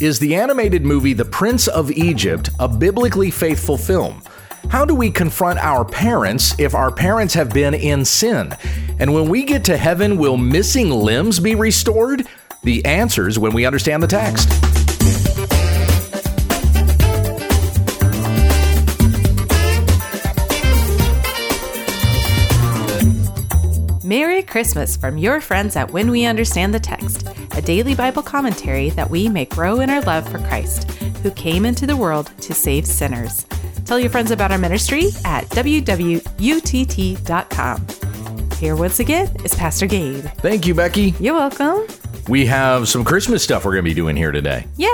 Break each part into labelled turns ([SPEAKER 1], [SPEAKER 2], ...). [SPEAKER 1] Is the animated movie The Prince of Egypt a biblically faithful film? How do we confront our parents if our parents have been in sin? And when we get to heaven, will missing limbs be restored? The answers when we understand the text.
[SPEAKER 2] Merry Christmas from your friends at When We Understand the Text, a daily Bible commentary that we may grow in our love for Christ, who came into the world to save sinners. Tell your friends about our ministry at www.utt.com. Here once again is Pastor Gabe.
[SPEAKER 1] Thank you, Becky.
[SPEAKER 2] You're welcome.
[SPEAKER 1] We have some Christmas stuff we're going to be doing here today.
[SPEAKER 2] Yay!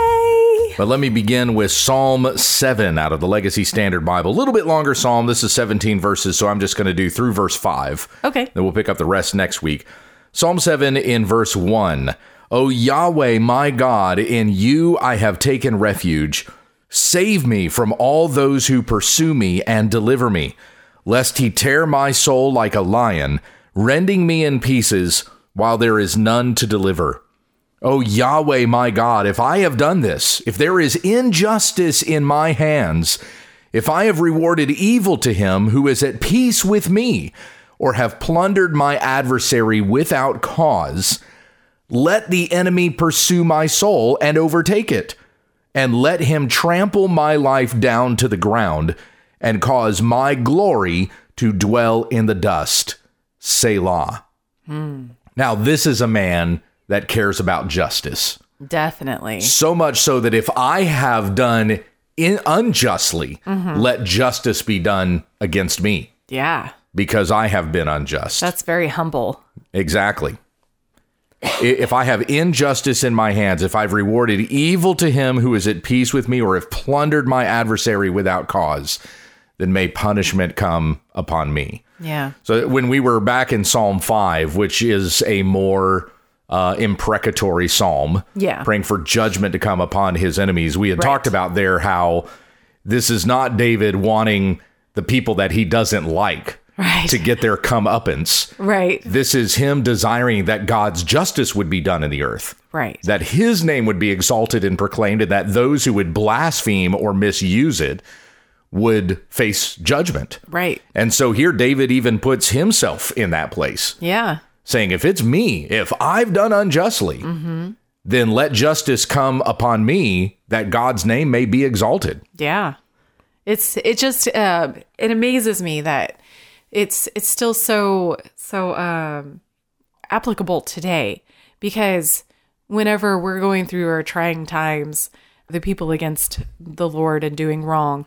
[SPEAKER 1] But let me begin with Psalm 7 out of the Legacy Standard Bible. A little bit longer Psalm. This is 17 verses, so I'm just going to do through verse 5.
[SPEAKER 2] Okay.
[SPEAKER 1] Then we'll pick up the rest next week. Psalm 7 in verse 1. O Yahweh, my God, in you I have taken refuge. Save me from all those who pursue me and deliver me, lest he tear my soul like a lion, rending me in pieces while there is none to deliver. O Yahweh, my God, if I have done this, if there is injustice in my hands, if I have rewarded evil to him who is at peace with me, or have plundered my adversary without cause, let the enemy pursue my soul and overtake it, and let him trample my life down to the ground, and cause my glory to dwell in the dust. Selah. Now, this is a man that cares about justice.
[SPEAKER 2] Definitely.
[SPEAKER 1] So much so that if I have done in unjustly, let justice be done against me
[SPEAKER 2] Yeah.
[SPEAKER 1] because I have been unjust.
[SPEAKER 2] That's very humble.
[SPEAKER 1] exactly. I- if I have injustice in my hands, if I've rewarded evil to him who is at peace with me, or have plundered my adversary without cause, then may punishment come upon me.
[SPEAKER 2] Yeah.
[SPEAKER 1] So when we were back in Psalm 5, which is a more uh, imprecatory psalm,
[SPEAKER 2] Yeah.
[SPEAKER 1] praying for judgment to come upon his enemies, we had talked about there how this is not David wanting the people that he doesn't like
[SPEAKER 2] Right.
[SPEAKER 1] to get their comeuppance.
[SPEAKER 2] Right.
[SPEAKER 1] This is him desiring that God's justice would be done in the earth
[SPEAKER 2] Right.
[SPEAKER 1] that his name would be exalted and proclaimed, and that those who would blaspheme or misuse it would face judgment.
[SPEAKER 2] Right.
[SPEAKER 1] And so here David even puts himself in that place,
[SPEAKER 2] Yeah.
[SPEAKER 1] saying, If it's me, if I've done unjustly, then let justice come upon me that God's name may be exalted.
[SPEAKER 2] Yeah. It's it just uh it amazes me that it's it's still so so um applicable today because whenever we're going through our trying times the people against the Lord and doing wrong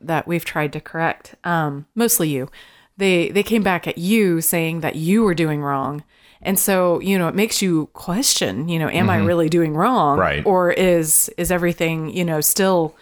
[SPEAKER 2] that we've tried to correct um mostly you they they came back at you saying that you were doing wrong and so you know it makes you question you know am i really doing wrong
[SPEAKER 1] Right.
[SPEAKER 2] or is is everything you know still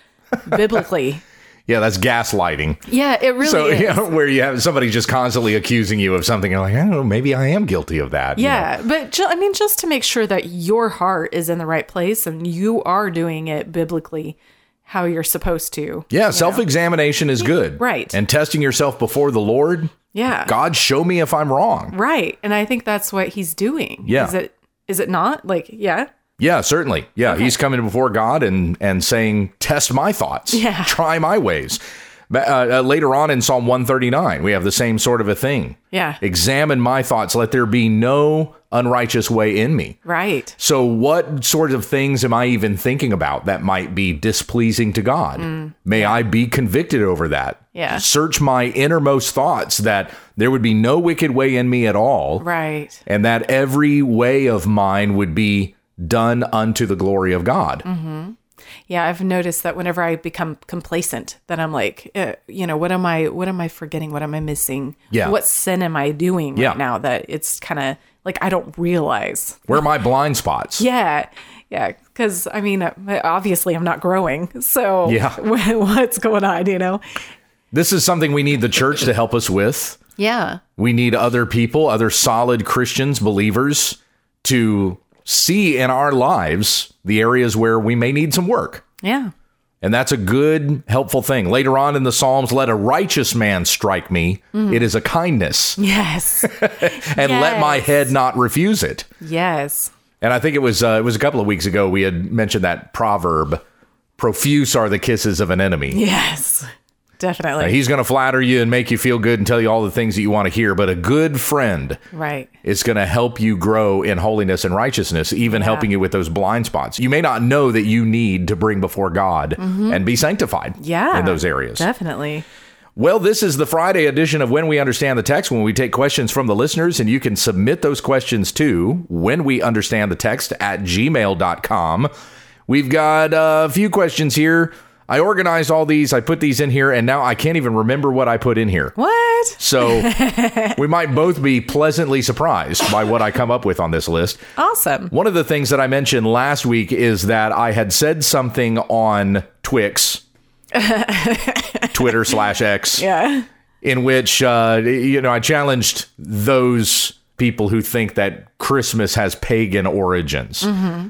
[SPEAKER 2] biblically.
[SPEAKER 1] Yeah, that's gaslighting.
[SPEAKER 2] Yeah, it really
[SPEAKER 1] So,
[SPEAKER 2] is.
[SPEAKER 1] you
[SPEAKER 2] Yeah,
[SPEAKER 1] know, where you have somebody just constantly accusing you of something, you're like, I don't know, maybe I am guilty of that. you know?
[SPEAKER 2] but ju- I mean, just to make sure that your heart is in the right place and you are doing it biblically how you're supposed to.
[SPEAKER 1] Yeah, self examination is good.
[SPEAKER 2] right.
[SPEAKER 1] And testing yourself before the Lord.
[SPEAKER 2] Yeah,
[SPEAKER 1] God, show me if I'm wrong.
[SPEAKER 2] right. And I think that's what he's doing.
[SPEAKER 1] Yeah.
[SPEAKER 2] is it is it not like yeah?
[SPEAKER 1] Yeah, certainly. Yeah, he's coming before God and and saying, test my thoughts.
[SPEAKER 2] Yeah.
[SPEAKER 1] Try my ways. But, Uh, uh, later on in Psalm 139, we have the same sort of a thing.
[SPEAKER 2] Yeah.
[SPEAKER 1] Examine my thoughts. Let there be no unrighteous way in me.
[SPEAKER 2] Right.
[SPEAKER 1] So, what sort of things am I even thinking about that might be displeasing to God? May I be convicted over that?
[SPEAKER 2] Mm, Yeah.
[SPEAKER 1] Search my innermost thoughts that there would be no wicked way in me at all,
[SPEAKER 2] Right.
[SPEAKER 1] and that every way of mine would be done unto the glory of God.
[SPEAKER 2] Mm-hmm. Yeah, I've noticed that whenever I become complacent, that I'm like, uh, you know, what am I? What am I forgetting? What am I missing?
[SPEAKER 1] Yeah.
[SPEAKER 2] What sin am I doing
[SPEAKER 1] Yeah.
[SPEAKER 2] right now that it's kind of like I don't realize?
[SPEAKER 1] Where are my blind spots?
[SPEAKER 2] Yeah. Yeah. Cause I mean, uh, obviously I'm not growing. So
[SPEAKER 1] Yeah.
[SPEAKER 2] what's going on, you know?
[SPEAKER 1] This is something we need the church to help us with.
[SPEAKER 2] Yeah.
[SPEAKER 1] We need other people, other solid Christians, believers to see in our lives the areas where we may need some work.
[SPEAKER 2] Yeah.
[SPEAKER 1] And that's a good, helpful thing. Later on in the Psalms, let a righteous man strike me.
[SPEAKER 2] Mm-hmm.
[SPEAKER 1] It is a kindness.
[SPEAKER 2] Yes.
[SPEAKER 1] And let my
[SPEAKER 2] Yes.
[SPEAKER 1] head not refuse it.
[SPEAKER 2] yes.
[SPEAKER 1] And I think it was uh, it was a couple of weeks ago we had mentioned that proverb: "Profuse are the kisses of an enemy."
[SPEAKER 2] Yes, definitely.
[SPEAKER 1] He's going to flatter you and make you feel good and tell you all the things that you want to hear, but a good friend
[SPEAKER 2] right.
[SPEAKER 1] is going to help you grow in holiness and righteousness, even helping you with those blind spots. You may not know that you need to bring before God and be sanctified
[SPEAKER 2] Mm-hmm. Yeah.
[SPEAKER 1] in those areas.
[SPEAKER 2] Definitely.
[SPEAKER 1] Well, this is the Friday edition of When We Understand the Text, when we take questions from the listeners, and you can submit those questions to when we understand the text at gmail.com. We've got uh, a few questions here. I organized all these, I put these in here, and now I can't even remember what I put in here.
[SPEAKER 2] What?
[SPEAKER 1] So we might both be pleasantly surprised by what I come up with on this list.
[SPEAKER 2] Awesome.
[SPEAKER 1] One of the things that I mentioned last week is that I had said something on Twix, Twitter slash X,
[SPEAKER 2] Yeah.
[SPEAKER 1] in which uh, you know I challenged those people who think that Christmas has pagan origins.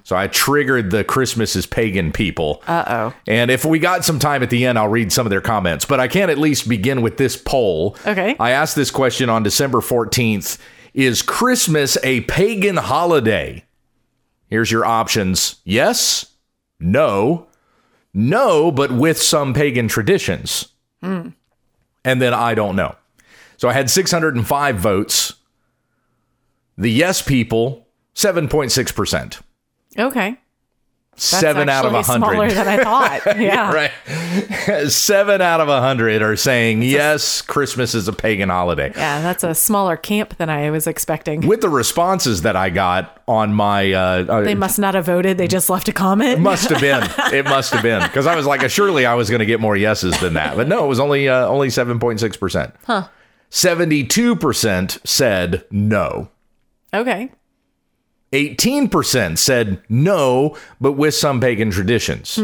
[SPEAKER 1] So I triggered the Christmas is pagan people. Uh
[SPEAKER 2] oh.
[SPEAKER 1] And if we got some time at the end, I'll read some of their comments. But I can at least begin with this poll.
[SPEAKER 2] Okay.
[SPEAKER 1] I asked this question on December fourteenth: Is Christmas a pagan holiday? Here's your options: Yes, no, no, but with some pagan traditions
[SPEAKER 2] Hmm.
[SPEAKER 1] and then I don't know. So I had 605 votes. The yes people, 7.6%.
[SPEAKER 2] Okay. That's
[SPEAKER 1] Seven out of
[SPEAKER 2] actually Smaller
[SPEAKER 1] 100.
[SPEAKER 2] than I thought. Yeah.
[SPEAKER 1] Right. Seven out of 100 are saying, yes, Christmas is a pagan holiday.
[SPEAKER 2] Yeah, that's a smaller camp than I was expecting.
[SPEAKER 1] With the responses that I got on my. Uh, uh,
[SPEAKER 2] They must not have voted. They just left a comment.
[SPEAKER 1] must have been. It must have been because I was like, surely I was going to get more yeses than that, but no, it was only uh, only seven point six percent. Huh. Seventy two percent said no.
[SPEAKER 2] okay.
[SPEAKER 1] 18% said no, but with some pagan traditions.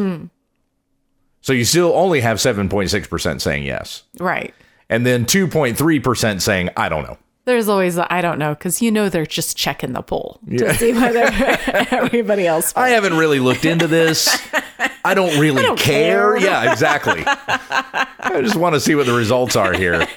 [SPEAKER 1] So you still only have 7.6% saying yes.
[SPEAKER 2] Right.
[SPEAKER 1] And then 2.3% saying, I don't know.
[SPEAKER 2] There's always the I don't know because you know they're just checking the poll to see whether everybody else.
[SPEAKER 1] I haven't really looked into this. I don't really care.
[SPEAKER 2] care.
[SPEAKER 1] Yeah, exactly. I just want to see what the results are here.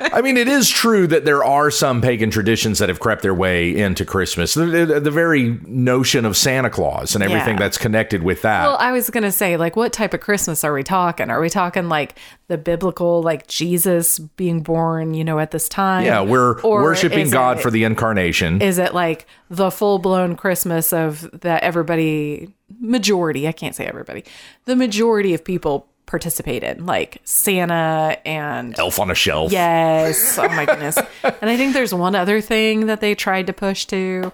[SPEAKER 1] I mean, it is true that there are some pagan traditions that have crept their way into Christmas. The, the- the very notion of Santa Claus and everything
[SPEAKER 2] Yeah.
[SPEAKER 1] that's connected with that.
[SPEAKER 2] Well, I was gonna say, like, what type of Christmas are we talking? Are we talking like the biblical, like Jesus being born, you know, at this time?
[SPEAKER 1] Yeah, we're
[SPEAKER 2] Or
[SPEAKER 1] worshiping
[SPEAKER 2] is
[SPEAKER 1] God
[SPEAKER 2] it-
[SPEAKER 1] for the incarnation.
[SPEAKER 2] Is it like the full blown Christmas of that everybody, majority, I can't say everybody, the majority of people participated, like Santa and
[SPEAKER 1] Elf on a shelf.
[SPEAKER 2] Yes. Oh my goodness. and I think there's one other thing that they tried to push to.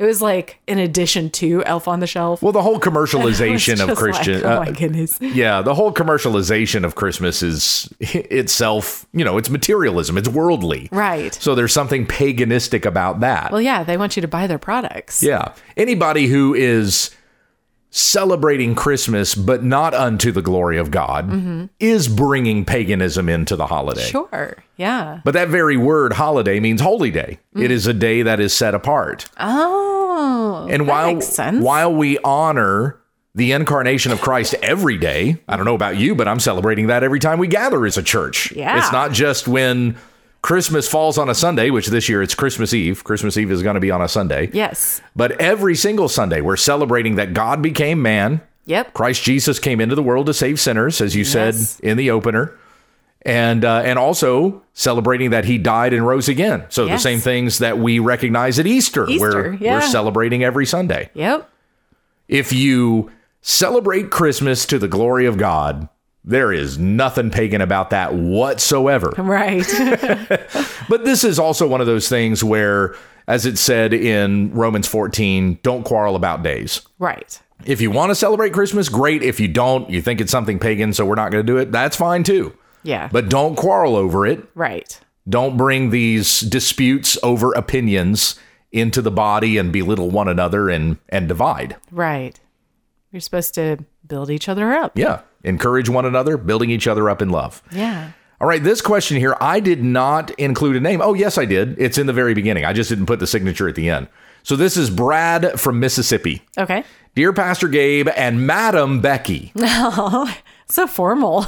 [SPEAKER 2] It was like in addition to Elf on the Shelf.
[SPEAKER 1] Well, the whole
[SPEAKER 2] It's
[SPEAKER 1] commercialization of
[SPEAKER 2] just
[SPEAKER 1] Christian,
[SPEAKER 2] like, oh my
[SPEAKER 1] uh,
[SPEAKER 2] goodness.
[SPEAKER 1] yeah, the whole commercialization of Christmas is itself, you know, it's materialism, it's worldly.
[SPEAKER 2] Right.
[SPEAKER 1] So there's something paganistic about that.
[SPEAKER 2] Well, yeah, they want you to buy their products.
[SPEAKER 1] yeah. Anybody who is celebrating Christmas but not unto the glory of God is bringing paganism into the holiday.
[SPEAKER 2] Mm-hmm. Sure. Yeah.
[SPEAKER 1] But that very word holiday means holy day.
[SPEAKER 2] Mm.
[SPEAKER 1] It is a day that is set apart.
[SPEAKER 2] Oh.
[SPEAKER 1] And
[SPEAKER 2] Uh, that
[SPEAKER 1] while
[SPEAKER 2] makes sense.
[SPEAKER 1] while we honor the incarnation of Christ every day, I don't know about you, but I'm celebrating that every time we gather as a church.
[SPEAKER 2] Yeah.
[SPEAKER 1] It's not just when Christmas falls on a Sunday, which this year it's Christmas Eve. Christmas Eve is going to be on a Sunday.
[SPEAKER 2] yes.
[SPEAKER 1] But every single Sunday, we're celebrating that God became man.
[SPEAKER 2] Yep.
[SPEAKER 1] Christ Jesus came into the world to save sinners, as you said
[SPEAKER 2] Yes.
[SPEAKER 1] in the opener. And uh, and also celebrating that he died and rose again. So
[SPEAKER 2] Yes.
[SPEAKER 1] the same things that we recognize at Easter,
[SPEAKER 2] Easter,
[SPEAKER 1] we're
[SPEAKER 2] yeah.
[SPEAKER 1] we're celebrating every Sunday
[SPEAKER 2] Yep.
[SPEAKER 1] if you celebrate Christmas to the glory of God, there is nothing pagan about that whatsoever.
[SPEAKER 2] Right.
[SPEAKER 1] But this is also one of those things where, as it said in Romans 14, don't quarrel about days.
[SPEAKER 2] right.
[SPEAKER 1] If you want to celebrate Christmas, great. If you don't, you think it's something pagan, so we're not going to do it, that's fine too.
[SPEAKER 2] Yeah.
[SPEAKER 1] But don't quarrel over it.
[SPEAKER 2] right.
[SPEAKER 1] Don't bring these disputes over opinions into the body and belittle one another and, and divide.
[SPEAKER 2] Right. You're supposed to build each other up.
[SPEAKER 1] Yeah. Encourage one another, building each other up in love.
[SPEAKER 2] Yeah.
[SPEAKER 1] All right, this question here, I did not include a name. Oh, yes, I did. It's in the very beginning. I just didn't put the signature at the end. So this is Brad from Mississippi.
[SPEAKER 2] Okay.
[SPEAKER 1] Dear Pastor Gabe and Madam Becky,
[SPEAKER 2] So formal.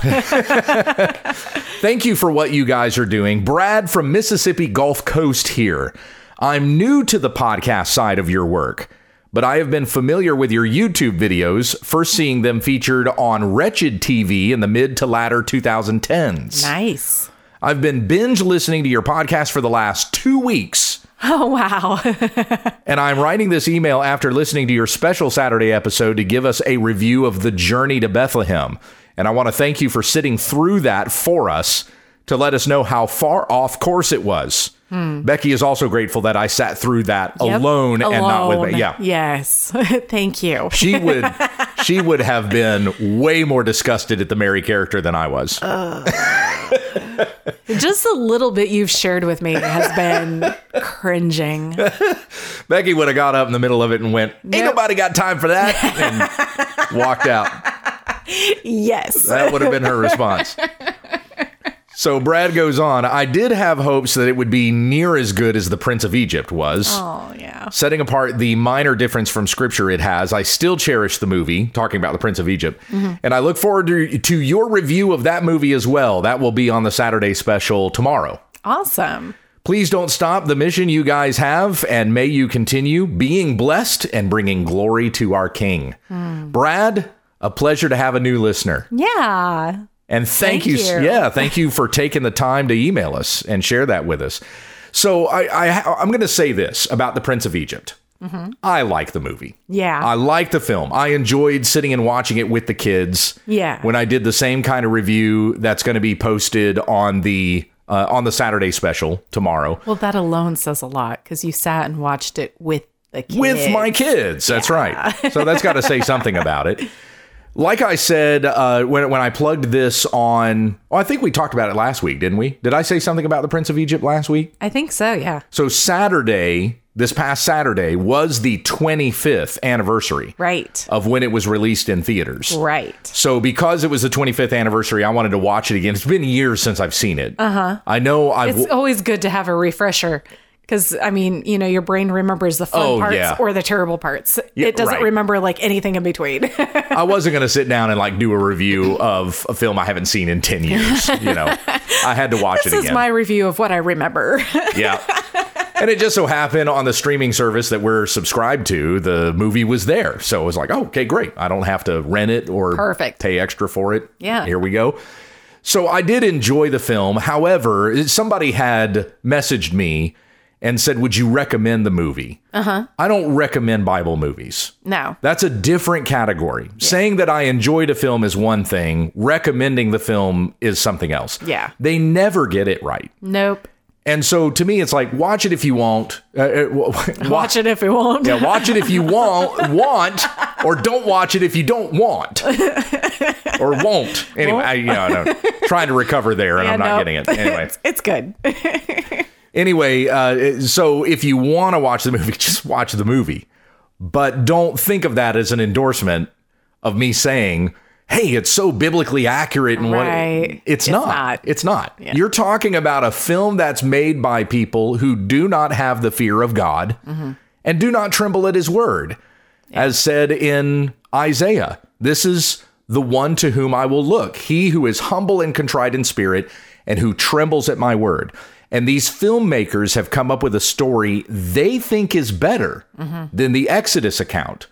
[SPEAKER 1] thank you for what you guys are doing. Brad from Mississippi Gulf Coast here. I'm new to the podcast side of your work, but I have been familiar with your YouTube videos, first seeing them featured on Wretched TV in the mid to latter 2010s.
[SPEAKER 2] Nice.
[SPEAKER 1] I've been binge listening to your podcast for the last two weeks.
[SPEAKER 2] Oh, wow.
[SPEAKER 1] And I'm writing this email after listening to your special Saturday episode to give us a review of the journey to Bethlehem. And I want to thank you for sitting through that for us to let us know how far off course it was. Becky is also grateful that I sat through that
[SPEAKER 2] Hmm. Yep.
[SPEAKER 1] alone, and not with
[SPEAKER 2] Alone.
[SPEAKER 1] me. Yeah.
[SPEAKER 2] Yes. Thank you.
[SPEAKER 1] She would she would have been way more disgusted at the Mary character than I was.
[SPEAKER 2] Just a little bit you've shared with me has been cringing.
[SPEAKER 1] Becky would have got up in the middle of it and went, Ain't
[SPEAKER 2] Nope.
[SPEAKER 1] nobody got time for that and walked out.
[SPEAKER 2] Yes.
[SPEAKER 1] That would have been her response. So Brad goes on, I did have hopes that it would be near as good as The Prince of Egypt was.
[SPEAKER 2] Oh, yeah.
[SPEAKER 1] Setting apart the minor difference from scripture it has, I still cherish the movie, talking about The Prince of Egypt. And I look forward to, to your review of that movie as well. That will be on the Saturday special tomorrow.
[SPEAKER 2] Awesome.
[SPEAKER 1] Please don't stop the mission you guys have, and may you continue being blessed and bringing glory to our King. Brad, a pleasure to have a new listener.
[SPEAKER 2] Yeah.
[SPEAKER 1] And thank,
[SPEAKER 2] Thank
[SPEAKER 1] you, s-
[SPEAKER 2] you.
[SPEAKER 1] Yeah, thank you for taking the time to email us and share that with us. So I, I I'm going to say this about the Prince of Egypt. I like the movie.
[SPEAKER 2] Mm-hmm. Yeah.
[SPEAKER 1] I like the film. I enjoyed sitting and watching it with the kids.
[SPEAKER 2] Yeah.
[SPEAKER 1] When I did the same kind of review that's going to be posted on the uh, on the Saturday special tomorrow
[SPEAKER 2] Well, that alone says a lot because you sat and watched it with the kids.
[SPEAKER 1] with my kids. That's right. So that's got to say something about it. Like I said uh, when when I plugged this on, oh, I think we talked about it last week, didn't we? Did I say something about the Prince of Egypt last week?
[SPEAKER 2] I think so. Yeah.
[SPEAKER 1] So Saturday, this past Saturday, was the 25th anniversary
[SPEAKER 2] Right.
[SPEAKER 1] of when it was released in theaters.
[SPEAKER 2] Right.
[SPEAKER 1] So because it was the 25th anniversary, I wanted to watch it again. It's been years since I've seen it. Uh huh. I know I've.
[SPEAKER 2] Uh-huh. It's always good to have a refresher because, I mean, you know, your brain remembers the fun
[SPEAKER 1] Oh,
[SPEAKER 2] parts
[SPEAKER 1] yeah.
[SPEAKER 2] or the terrible parts. it doesn't
[SPEAKER 1] right.
[SPEAKER 2] remember like anything in between.
[SPEAKER 1] I wasn't going to sit down and like do a review of a film I haven't seen in 10 years. You know, I had to watch it
[SPEAKER 2] this
[SPEAKER 1] again.
[SPEAKER 2] is my review of what I remember.
[SPEAKER 1] yeah. And it just so happened on the streaming service that we're subscribed to, the movie was there. So it was like, oh, okay, great. I don't have to rent it or
[SPEAKER 2] Perfect.
[SPEAKER 1] pay extra for it.
[SPEAKER 2] Yeah.
[SPEAKER 1] Here we go. So I did enjoy the film. However, somebody had messaged me and said, would you recommend the movie? Uh-huh. I don't recommend Bible movies.
[SPEAKER 2] no.
[SPEAKER 1] That's a different category. Saying that I enjoyed a film is one thing, recommending the film is something else.
[SPEAKER 2] Yeah.
[SPEAKER 1] They never get it right.
[SPEAKER 2] Nope.
[SPEAKER 1] And so to me, it's like watch it if you want. Uh, uh, wa- wa-
[SPEAKER 2] Watch it if we won't.
[SPEAKER 1] yeah, watch it if you want, want, or don't watch it if you don't want, or won't. Anyway, I, you know, I don't- trying to recover there, and I'm not
[SPEAKER 2] nope.
[SPEAKER 1] getting it. Anyway,
[SPEAKER 2] It's, it's good.
[SPEAKER 1] anyway. Uh, so if you want to watch the movie, just watch the movie, but don't think of that as an endorsement of me saying. Hey, it's so biblically accurate and what
[SPEAKER 2] Right.
[SPEAKER 1] it's,
[SPEAKER 2] It's
[SPEAKER 1] not.
[SPEAKER 2] not.
[SPEAKER 1] It's not. You're talking about a film that's made by people who do not have the fear of God
[SPEAKER 2] Mm-hmm.
[SPEAKER 1] and do not tremble at his word. As said in Isaiah, this is the one to whom I will look, he who is humble and contrite in spirit and who trembles at my word. And these filmmakers have come up with a story they think is better
[SPEAKER 2] Mm-hmm.
[SPEAKER 1] than the Exodus account.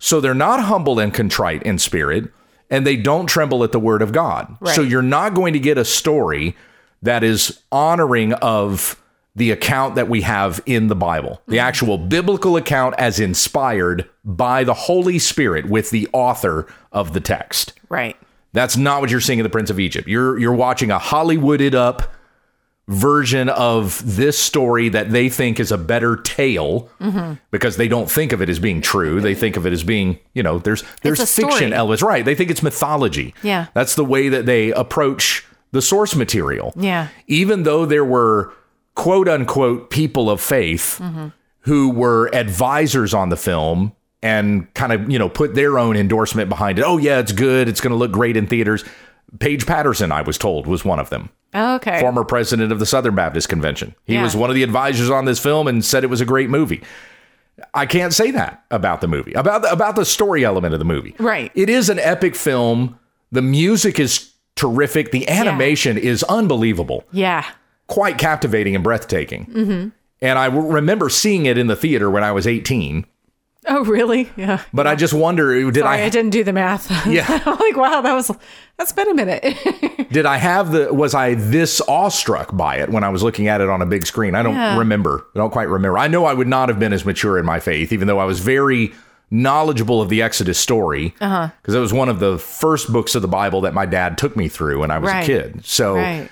[SPEAKER 1] So they're not humble and contrite in spirit, and they don't tremble at the word of God. So
[SPEAKER 2] Right.
[SPEAKER 1] you're not going to get a story that is honoring of the account that we have in the Bible, the actual biblical account as inspired by the Holy Spirit with the author of the text.
[SPEAKER 2] right.
[SPEAKER 1] That's not what you're seeing in the Prince of Egypt. You're you're watching a Hollywooded up version of this story that they think is a better tale because they don't think of it as being true. They think of it as being, you know, there's there's
[SPEAKER 2] a story.
[SPEAKER 1] fiction elements. Right. They think it's mythology.
[SPEAKER 2] Yeah.
[SPEAKER 1] That's the way that they approach the source material.
[SPEAKER 2] Yeah.
[SPEAKER 1] Even though there were quote unquote people of faith who were advisors on the film and kind of, you know, put their own endorsement behind it. Oh, yeah, it's good. It's going to look great in theaters. Paige Patterson, I was told, was one of them,
[SPEAKER 2] Okay.
[SPEAKER 1] former president of the Southern Baptist Convention. He
[SPEAKER 2] Yeah.
[SPEAKER 1] was one of the advisors on this film and said it was a great movie. I can't say that about the movie, about the, about the story element of the movie.
[SPEAKER 2] Right.
[SPEAKER 1] It is an epic film. The music is terrific. The animation is unbelievable
[SPEAKER 2] yeah.
[SPEAKER 1] quite captivating and breathtaking. And I remember seeing it in the theater when I was 18
[SPEAKER 2] Oh, really? Yeah.
[SPEAKER 1] But I just wonder did
[SPEAKER 2] Sorry, I,
[SPEAKER 1] I
[SPEAKER 2] didn't do the math.
[SPEAKER 1] Yeah.
[SPEAKER 2] I'm like, wow, that was that's been a minute.
[SPEAKER 1] did I have the was I this awestruck by it when I was looking at it on a big screen? I don't
[SPEAKER 2] Yeah.
[SPEAKER 1] remember. I don't quite remember. I know I would not have been as mature in my faith, even though I was very knowledgeable of the Exodus story because
[SPEAKER 2] Uh-huh.
[SPEAKER 1] it was one of the first books of the Bible that my dad took me through when I was
[SPEAKER 2] Right.
[SPEAKER 1] a kid. So
[SPEAKER 2] right.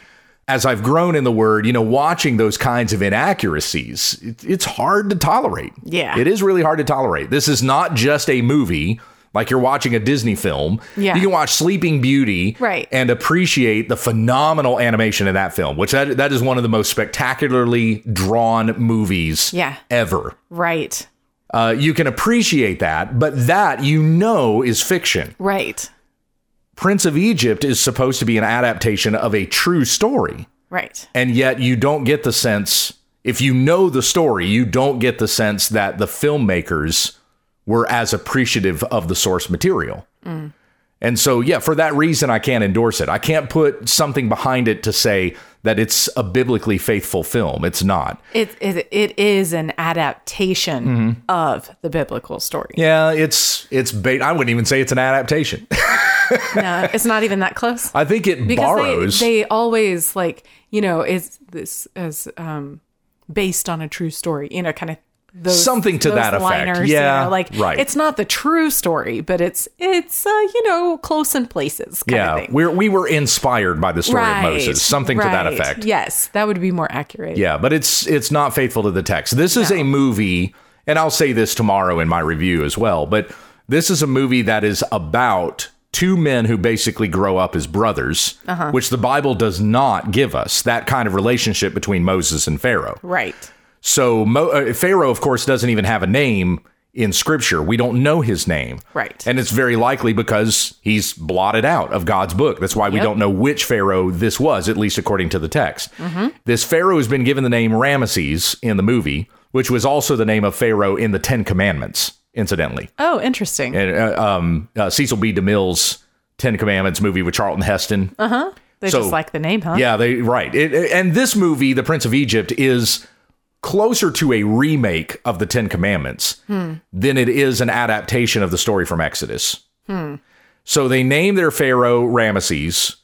[SPEAKER 1] as I've grown in the Word, you know, watching those kinds of inaccuracies, it, it's hard to tolerate.
[SPEAKER 2] Yeah.
[SPEAKER 1] It is really hard to tolerate. This is not just a movie. Like you're watching a Disney film.
[SPEAKER 2] Yeah.
[SPEAKER 1] You can watch Sleeping Beauty
[SPEAKER 2] Right.
[SPEAKER 1] and appreciate the phenomenal animation in that film, which that, that is one of the most spectacularly drawn movies
[SPEAKER 2] Yeah.
[SPEAKER 1] ever.
[SPEAKER 2] Right.
[SPEAKER 1] Uh, you can appreciate that, but that you know is fiction.
[SPEAKER 2] Right.
[SPEAKER 1] Prince of Egypt is supposed to be an adaptation of a true story
[SPEAKER 2] Right.
[SPEAKER 1] and yet you don't get the sense if you know the story you don't get the sense that the filmmakers were as appreciative of the source material Mm. and so yeah for that reason i can't endorse it i can't put something behind it to say that it's a biblically faithful film it's not
[SPEAKER 2] It, it it is an adaptation of the biblical story.
[SPEAKER 1] Mm-hmm. yeah it's it's bait i wouldn't even say it's an adaptation
[SPEAKER 2] No, it's not even that close.
[SPEAKER 1] i think it
[SPEAKER 2] Because they-
[SPEAKER 1] borrows
[SPEAKER 2] They, always like you know is this as um based on a true story you know kind of those,
[SPEAKER 1] Something to
[SPEAKER 2] those
[SPEAKER 1] that effect.
[SPEAKER 2] liners, you
[SPEAKER 1] Yeah,
[SPEAKER 2] know, like
[SPEAKER 1] right.
[SPEAKER 2] it's not the true story, but it's it's uh, you know close in places. Kind
[SPEAKER 1] yeah
[SPEAKER 2] of thing.
[SPEAKER 1] we're, we were inspired by the story of moses something to that
[SPEAKER 2] right.
[SPEAKER 1] effect
[SPEAKER 2] Yes, that would be more accurate.
[SPEAKER 1] Yeah, but it's it's not faithful to the text. This is a movie, and I'll say this tomorrow in my review as well, but this is a movie that is about two men who basically grow up as brothers, which the Bible does not give us that kind of relationship between Moses and Pharaoh.
[SPEAKER 2] Right.
[SPEAKER 1] So Mo- uh, Pharaoh, of course, doesn't even have a name in Scripture. We don't know his name,
[SPEAKER 2] Right.
[SPEAKER 1] And it's very likely because he's blotted out of God's book. That's why we
[SPEAKER 2] Yep.
[SPEAKER 1] don't know which Pharaoh this was, at least according to the text.
[SPEAKER 2] Mm-hmm.
[SPEAKER 1] This Pharaoh has been given the name Ramesses in the movie, which was also the name of Pharaoh in the Ten Commandments, incidentally.
[SPEAKER 2] Oh, interesting.
[SPEAKER 1] And uh, um, uh, Cecil B. DeMille's Ten Commandments movie with Charlton Heston.
[SPEAKER 2] they
[SPEAKER 1] so-
[SPEAKER 2] just like the name, huh?
[SPEAKER 1] Yeah, they right. It, it- and this movie, The Prince of Egypt, is closer to a remake of the Ten Commandments than it is an adaptation of the story from Exodus. Hmm. So they name their pharaoh Ramesses,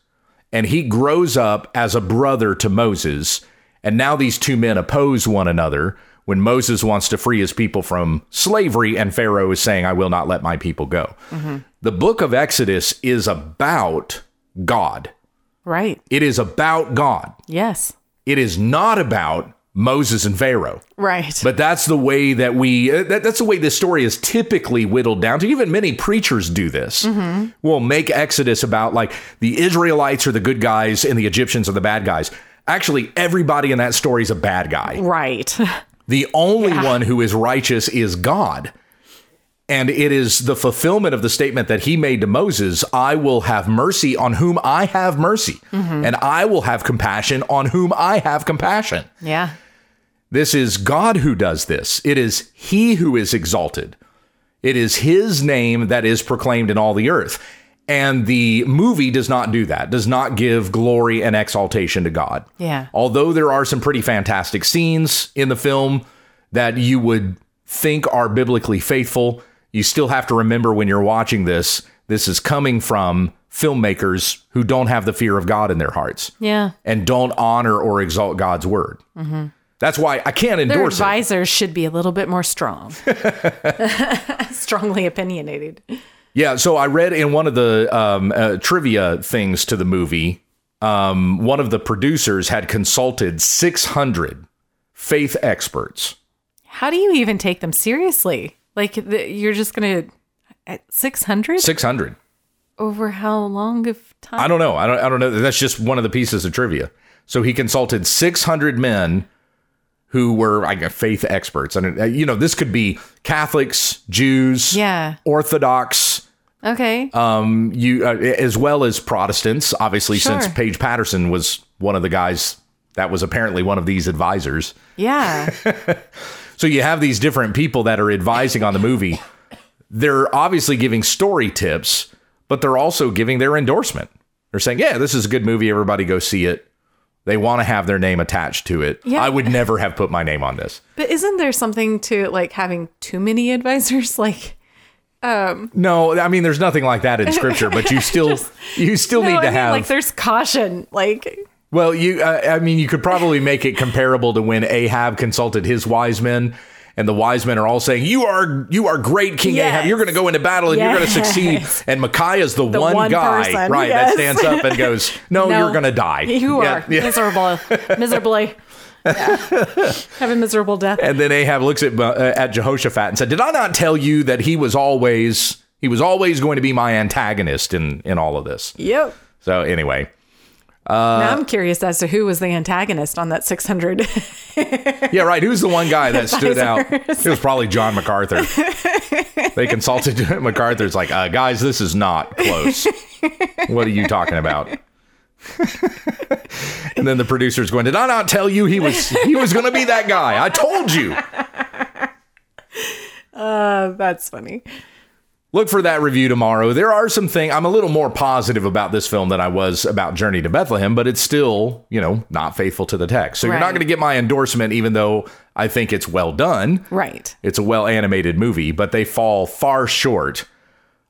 [SPEAKER 1] and he grows up as a brother to Moses. And now these two men oppose one another when Moses wants to free his people from slavery, and Pharaoh is saying, I will not let my people go. The book of Exodus is about God.
[SPEAKER 2] Right.
[SPEAKER 1] It is about God.
[SPEAKER 2] Yes.
[SPEAKER 1] It is not about Moses and Pharaoh.
[SPEAKER 2] Right.
[SPEAKER 1] But that's the way that we uh, that, that's the way this story is typically whittled down to. Even many preachers do this. Will make Exodus about like the Israelites are the good guys and the Egyptians are the bad guys. Actually, everybody in that story is a bad guy.
[SPEAKER 2] right.
[SPEAKER 1] The only one who is righteous is God. And it is the fulfillment of the statement that he made to Moses I will have mercy on whom I have mercy, and I will have compassion on whom I have compassion.
[SPEAKER 2] yeah.
[SPEAKER 1] This is God who does this. It is He who is exalted. It is His name that is proclaimed in all the earth. And the movie does not do that, does not give glory and exaltation to God.
[SPEAKER 2] Yeah.
[SPEAKER 1] Although there are some pretty fantastic scenes in the film that you would think are biblically faithful, you still have to remember when you're watching this, this is coming from filmmakers who don't have the fear of God in their hearts
[SPEAKER 2] Yeah.
[SPEAKER 1] and don't honor or exalt God's word. That's why I can't
[SPEAKER 2] Their
[SPEAKER 1] endorse it.
[SPEAKER 2] advisors should be a little bit more strong, strongly opinionated.
[SPEAKER 1] Yeah, so I read in one of the um, uh, trivia things to the movie, um, one of the producers had consulted 600 faith experts.
[SPEAKER 2] How do you even take them seriously? Like the, you're just gonna at six hundred
[SPEAKER 1] 600.
[SPEAKER 2] over how long of time?
[SPEAKER 1] I don't know. I don't, I don't know. That's just one of the pieces of trivia. So he consulted 600 men who were I guess, faith experts. And, uh, you know, this could be Catholics, Jews,
[SPEAKER 2] Yeah.
[SPEAKER 1] Orthodox,
[SPEAKER 2] Okay.
[SPEAKER 1] you uh, as well as Protestants, obviously, since
[SPEAKER 2] Sure.
[SPEAKER 1] Paige Patterson was one of the guys that was apparently one of these advisors.
[SPEAKER 2] yeah.
[SPEAKER 1] So you have these different people that are advising on the movie. They're obviously giving story tips, but they're also giving their endorsement. They're saying, "Yeah, this is a good movie. Everybody go see it." They want to have their name attached to it.
[SPEAKER 2] Yeah.
[SPEAKER 1] I would never have put my name on this.
[SPEAKER 2] But isn't there something to like having too many advisors? Like,
[SPEAKER 1] No, I mean there's nothing like that in scripture, but you still you still
[SPEAKER 2] no,
[SPEAKER 1] need
[SPEAKER 2] I
[SPEAKER 1] to
[SPEAKER 2] mean,
[SPEAKER 1] have
[SPEAKER 2] like there's caution. Like,
[SPEAKER 1] Well, you, uh, I mean, you could probably make it comparable to when Ahab consulted his wise men, and the wise men are all saying, "You are, you are great, King
[SPEAKER 2] Yes.
[SPEAKER 1] Ahab. You're going to go into battle and you're going to succeed." And Micaiah is the, one,
[SPEAKER 2] one
[SPEAKER 1] guy,
[SPEAKER 2] person,
[SPEAKER 1] right,
[SPEAKER 2] yes.
[SPEAKER 1] that stands up and goes, "No,
[SPEAKER 2] No.
[SPEAKER 1] Oh, you're going to die.
[SPEAKER 2] You
[SPEAKER 1] Yeah,
[SPEAKER 2] are
[SPEAKER 1] yeah.
[SPEAKER 2] miserable, miserably. Yeah. Have a miserable death.
[SPEAKER 1] And then Ahab looks at uh, at Jehoshaphat and said, "Did I not tell you that he was always he was always going to be my antagonist in in all of this?"
[SPEAKER 2] Yep.
[SPEAKER 1] So anyway, uh,
[SPEAKER 2] now I'm curious as to who was the antagonist on that 600.
[SPEAKER 1] Yeah, right. Who's the one guy that stood out? It was probably John MacArthur. they consulted MacArthur's like, uh, guys, this is not close. what are you talking about? and then the producer's going, Did I not tell you he was he was gonna be that guy? I told you.
[SPEAKER 2] Uh, that's funny.
[SPEAKER 1] Look for that review tomorrow. There are some things I'm a little more positive about this film than I was about Journey to Bethlehem, but it's still, you know, not faithful to the text. So you're not
[SPEAKER 2] Right.
[SPEAKER 1] gonna get my endorsement, even though I think it's well done.
[SPEAKER 2] Right.
[SPEAKER 1] It's a well animated movie, but they fall far short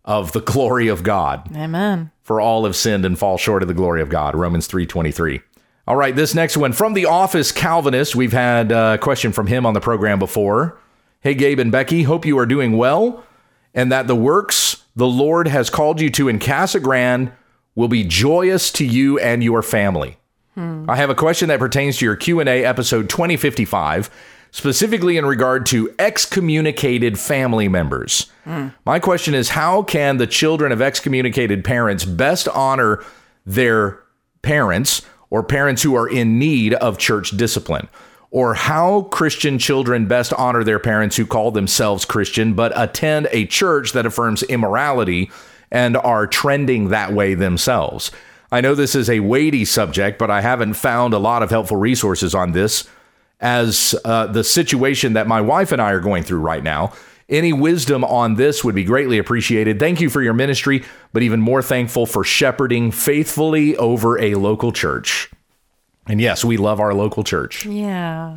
[SPEAKER 1] of the glory of God.
[SPEAKER 2] Amen.
[SPEAKER 1] For all have sinned and fall short of the glory of God. Romans 3:23. All right, this next one from the office Calvinist. We've had uh, a question from him on the program before. Hey Gabe and Becky, hope you are doing well and that the works the Lord has called you to in Casa Grande will be joyous to you and your family. I have a question that pertains to your Q&A episode 2055, specifically in regard to excommunicated family members. My question is how can the children of excommunicated parents best honor their parents or parents who are in need of church discipline? Or how Christian children best honor their parents who call themselves Christian but attend a church that affirms immorality and are trending that way themselves? I know this is a weighty subject, but I haven't found a lot of helpful resources on this as uh, the situation that my wife and I are going through right now. Any wisdom on this would be greatly appreciated. Thank you for your ministry, but even more thankful for shepherding faithfully over a local church. And yes, we love our local church.
[SPEAKER 2] Yeah.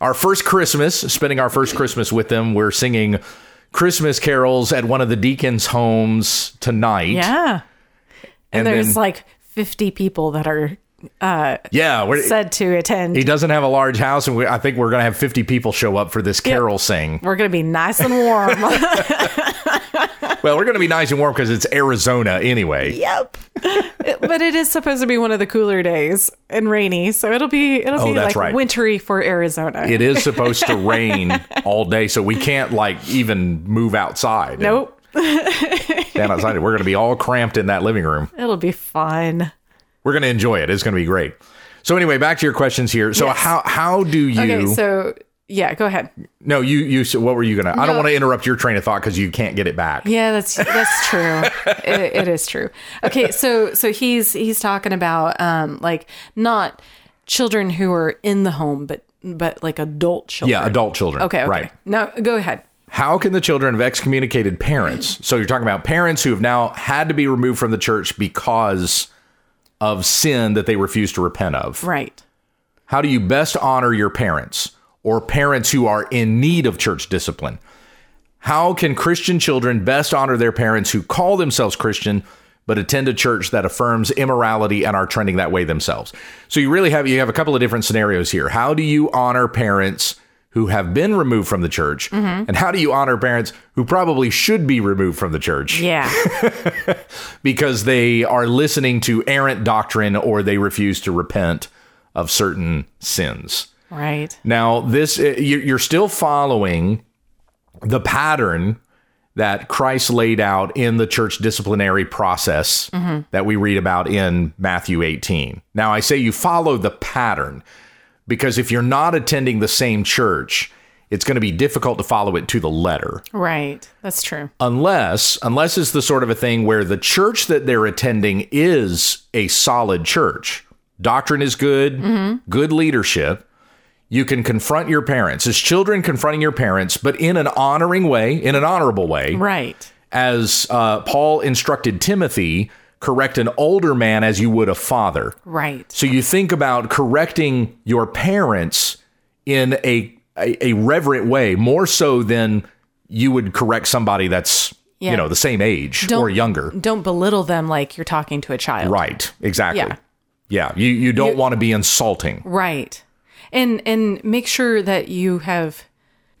[SPEAKER 1] Our first Christmas, spending our first Christmas with them, we're singing Christmas carols at one of the deacons' homes tonight.
[SPEAKER 2] Yeah.
[SPEAKER 1] And
[SPEAKER 2] And,
[SPEAKER 1] then-
[SPEAKER 2] there's like 50 people that are
[SPEAKER 1] yeah we're,
[SPEAKER 2] said to attend.
[SPEAKER 1] he doesn't have a large house, and we, I think we're going to have 50 people show up for this carol sing.
[SPEAKER 2] We're going to be nice and warm.
[SPEAKER 1] Well, we're going to be nice and warm because it's Arizona anyway.
[SPEAKER 2] yep. It- but it is supposed to be one of the cooler days and rainy, so it'll be it'll
[SPEAKER 1] Oh,
[SPEAKER 2] be
[SPEAKER 1] that's
[SPEAKER 2] like
[SPEAKER 1] right.
[SPEAKER 2] wintry for Arizona.
[SPEAKER 1] It is supposed to rain all day, so we can't like even move outside.
[SPEAKER 2] nope.
[SPEAKER 1] And stand outside. We're going to be all cramped in that living room.
[SPEAKER 2] It'll be fun.
[SPEAKER 1] We're going to enjoy it. It's going to be great. So anyway, back to your questions here. So how how do you?
[SPEAKER 2] Okay, so yeah, go ahead.
[SPEAKER 1] no, you you. So what were you going to? I don't
[SPEAKER 2] No.
[SPEAKER 1] want to interrupt your train of thought because you can't get it back.
[SPEAKER 2] Yeah, that's that's true. it, it is true. Okay, so so he's he's talking about um like not children who are in the home, but but like adult children.
[SPEAKER 1] Yeah, adult children.
[SPEAKER 2] Okay. okay.
[SPEAKER 1] Right.
[SPEAKER 2] No, go ahead.
[SPEAKER 1] How can the children of excommunicated parents? So you're talking about parents who have now had to be removed from the church because of sin that they refuse to repent of.
[SPEAKER 2] Right.
[SPEAKER 1] How do you best honor your parents or parents who are in need of church discipline? How can Christian children best honor their parents who call themselves Christian but attend a church that affirms immorality and are trending that way themselves? So you really have you have a couple of different scenarios here. How do you honor parents who have been removed from the church? And how do you honor parents who probably should be removed from the church?
[SPEAKER 2] Yeah.
[SPEAKER 1] because they are listening to errant doctrine or they refuse to repent of certain sins.
[SPEAKER 2] right.
[SPEAKER 1] Now, this uh, you- you're still following the pattern that Christ laid out in the church disciplinary process that we read about in Matthew 18. Now, I say you follow the pattern because if you're not attending the same church, it's going to be difficult to follow it to the letter
[SPEAKER 2] Right. That's true.
[SPEAKER 1] unless unless it's the sort of a thing where the church that they're attending is a solid church doctrine is good good leadership you can confront your parents as children confronting your parents but in an honoring way in an honorable way
[SPEAKER 2] Right.
[SPEAKER 1] as uh, paul instructed timothy correct an older man as you would a father.
[SPEAKER 2] Right.
[SPEAKER 1] So you think about correcting your parents in a a, a reverent way, more so than you would correct somebody that's
[SPEAKER 2] Yeah.
[SPEAKER 1] you know the same age or
[SPEAKER 2] Don't-
[SPEAKER 1] younger.
[SPEAKER 2] Don't belittle them like you're talking to a child.
[SPEAKER 1] Right. Exactly.
[SPEAKER 2] Yeah.
[SPEAKER 1] Yeah. You you don't want to be insulting.
[SPEAKER 2] Right. And and make sure that you have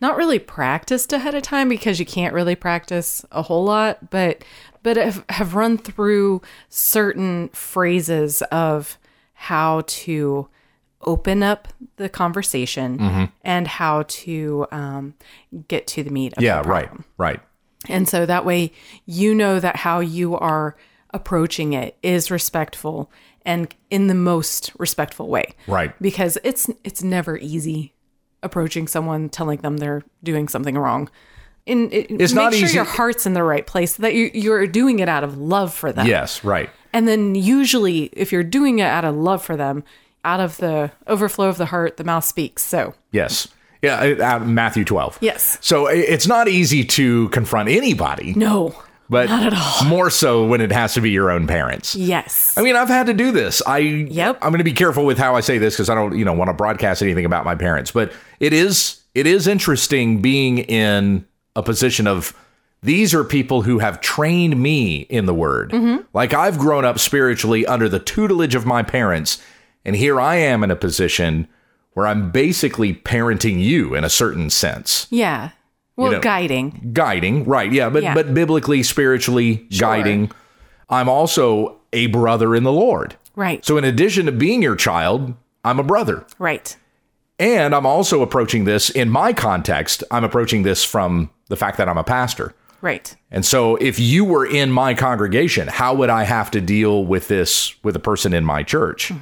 [SPEAKER 2] not really practiced ahead of time because you can't really practice a whole lot, but but have, have run through certain phrases of how to open up the conversation and how to um, get to the meat of
[SPEAKER 1] Yeah.
[SPEAKER 2] the
[SPEAKER 1] Right. Right.
[SPEAKER 2] and so that way you know that how you are approaching it is respectful and in the most respectful way.
[SPEAKER 1] Right.
[SPEAKER 2] Because it's it's never easy approaching someone telling them they're doing something wrong. And it,
[SPEAKER 1] It's
[SPEAKER 2] make
[SPEAKER 1] not
[SPEAKER 2] sure
[SPEAKER 1] easy.
[SPEAKER 2] your heart's in the right place that you you're doing it out of love for them.
[SPEAKER 1] Yes. Right.
[SPEAKER 2] And then usually if you're doing it out of love for them, out of the overflow of the heart, the mouth speaks. So,
[SPEAKER 1] Yes. Yeah. uh, uh, Matthew twelve.
[SPEAKER 2] Yes.
[SPEAKER 1] So i- it's not easy to confront anybody,
[SPEAKER 2] no.
[SPEAKER 1] but not at all. More so when it has to be your own parents.
[SPEAKER 2] Yes.
[SPEAKER 1] I mean, I've had to do this. I yep. I'm going to be careful with how I say this because I don't, you know, want to broadcast anything about my parents. But it is it is interesting being in a position of these are people who have trained me in the word. Like I've grown up spiritually under the tutelage of my parents, and here I am in a position where I'm basically parenting you in a certain sense,
[SPEAKER 2] Yeah. Well,
[SPEAKER 1] know-
[SPEAKER 2] guiding.
[SPEAKER 1] guiding, right? Yeah, but
[SPEAKER 2] Yeah.
[SPEAKER 1] but biblically, spiritually guiding. I'm also a brother in the Lord.
[SPEAKER 2] Right.
[SPEAKER 1] So, in addition to being your child, I'm a brother.
[SPEAKER 2] right.
[SPEAKER 1] And I'm also approaching this in my context. I'm approaching this from the fact that I'm a pastor.
[SPEAKER 2] Right.
[SPEAKER 1] And so, if you were in my congregation, how would I have to deal with this with a person in my church?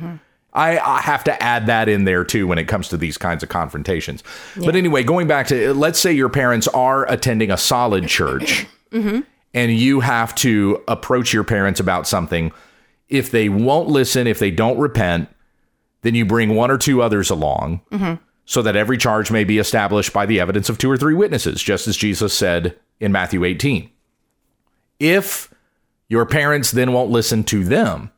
[SPEAKER 1] I, I have to add that in there too when it comes to these kinds of confrontations. But anyway, going back to let's say your parents are attending a solid church and you have to approach your parents about something. If they won't listen, if they don't repent, then you bring one or two others along so that every charge may be established by the evidence of two or three witnesses, just as Jesus said in Matthew 18. If your parents then won't listen to them,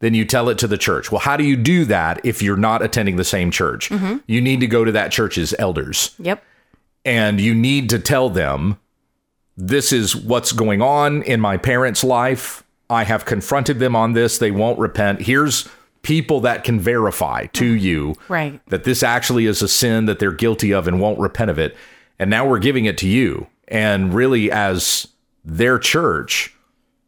[SPEAKER 1] then you tell it to the church. Well, how do you do that if you're not attending the same church? You need to go to that church's elders
[SPEAKER 2] Yep.
[SPEAKER 1] and you need to tell them this is what's going on in my parents' life. I have confronted them on this. They won't repent. Here's people that can verify to you
[SPEAKER 2] Right.
[SPEAKER 1] that this actually is a sin that they're guilty of and won't repent of it. And now we're giving it to you. And really, as their church,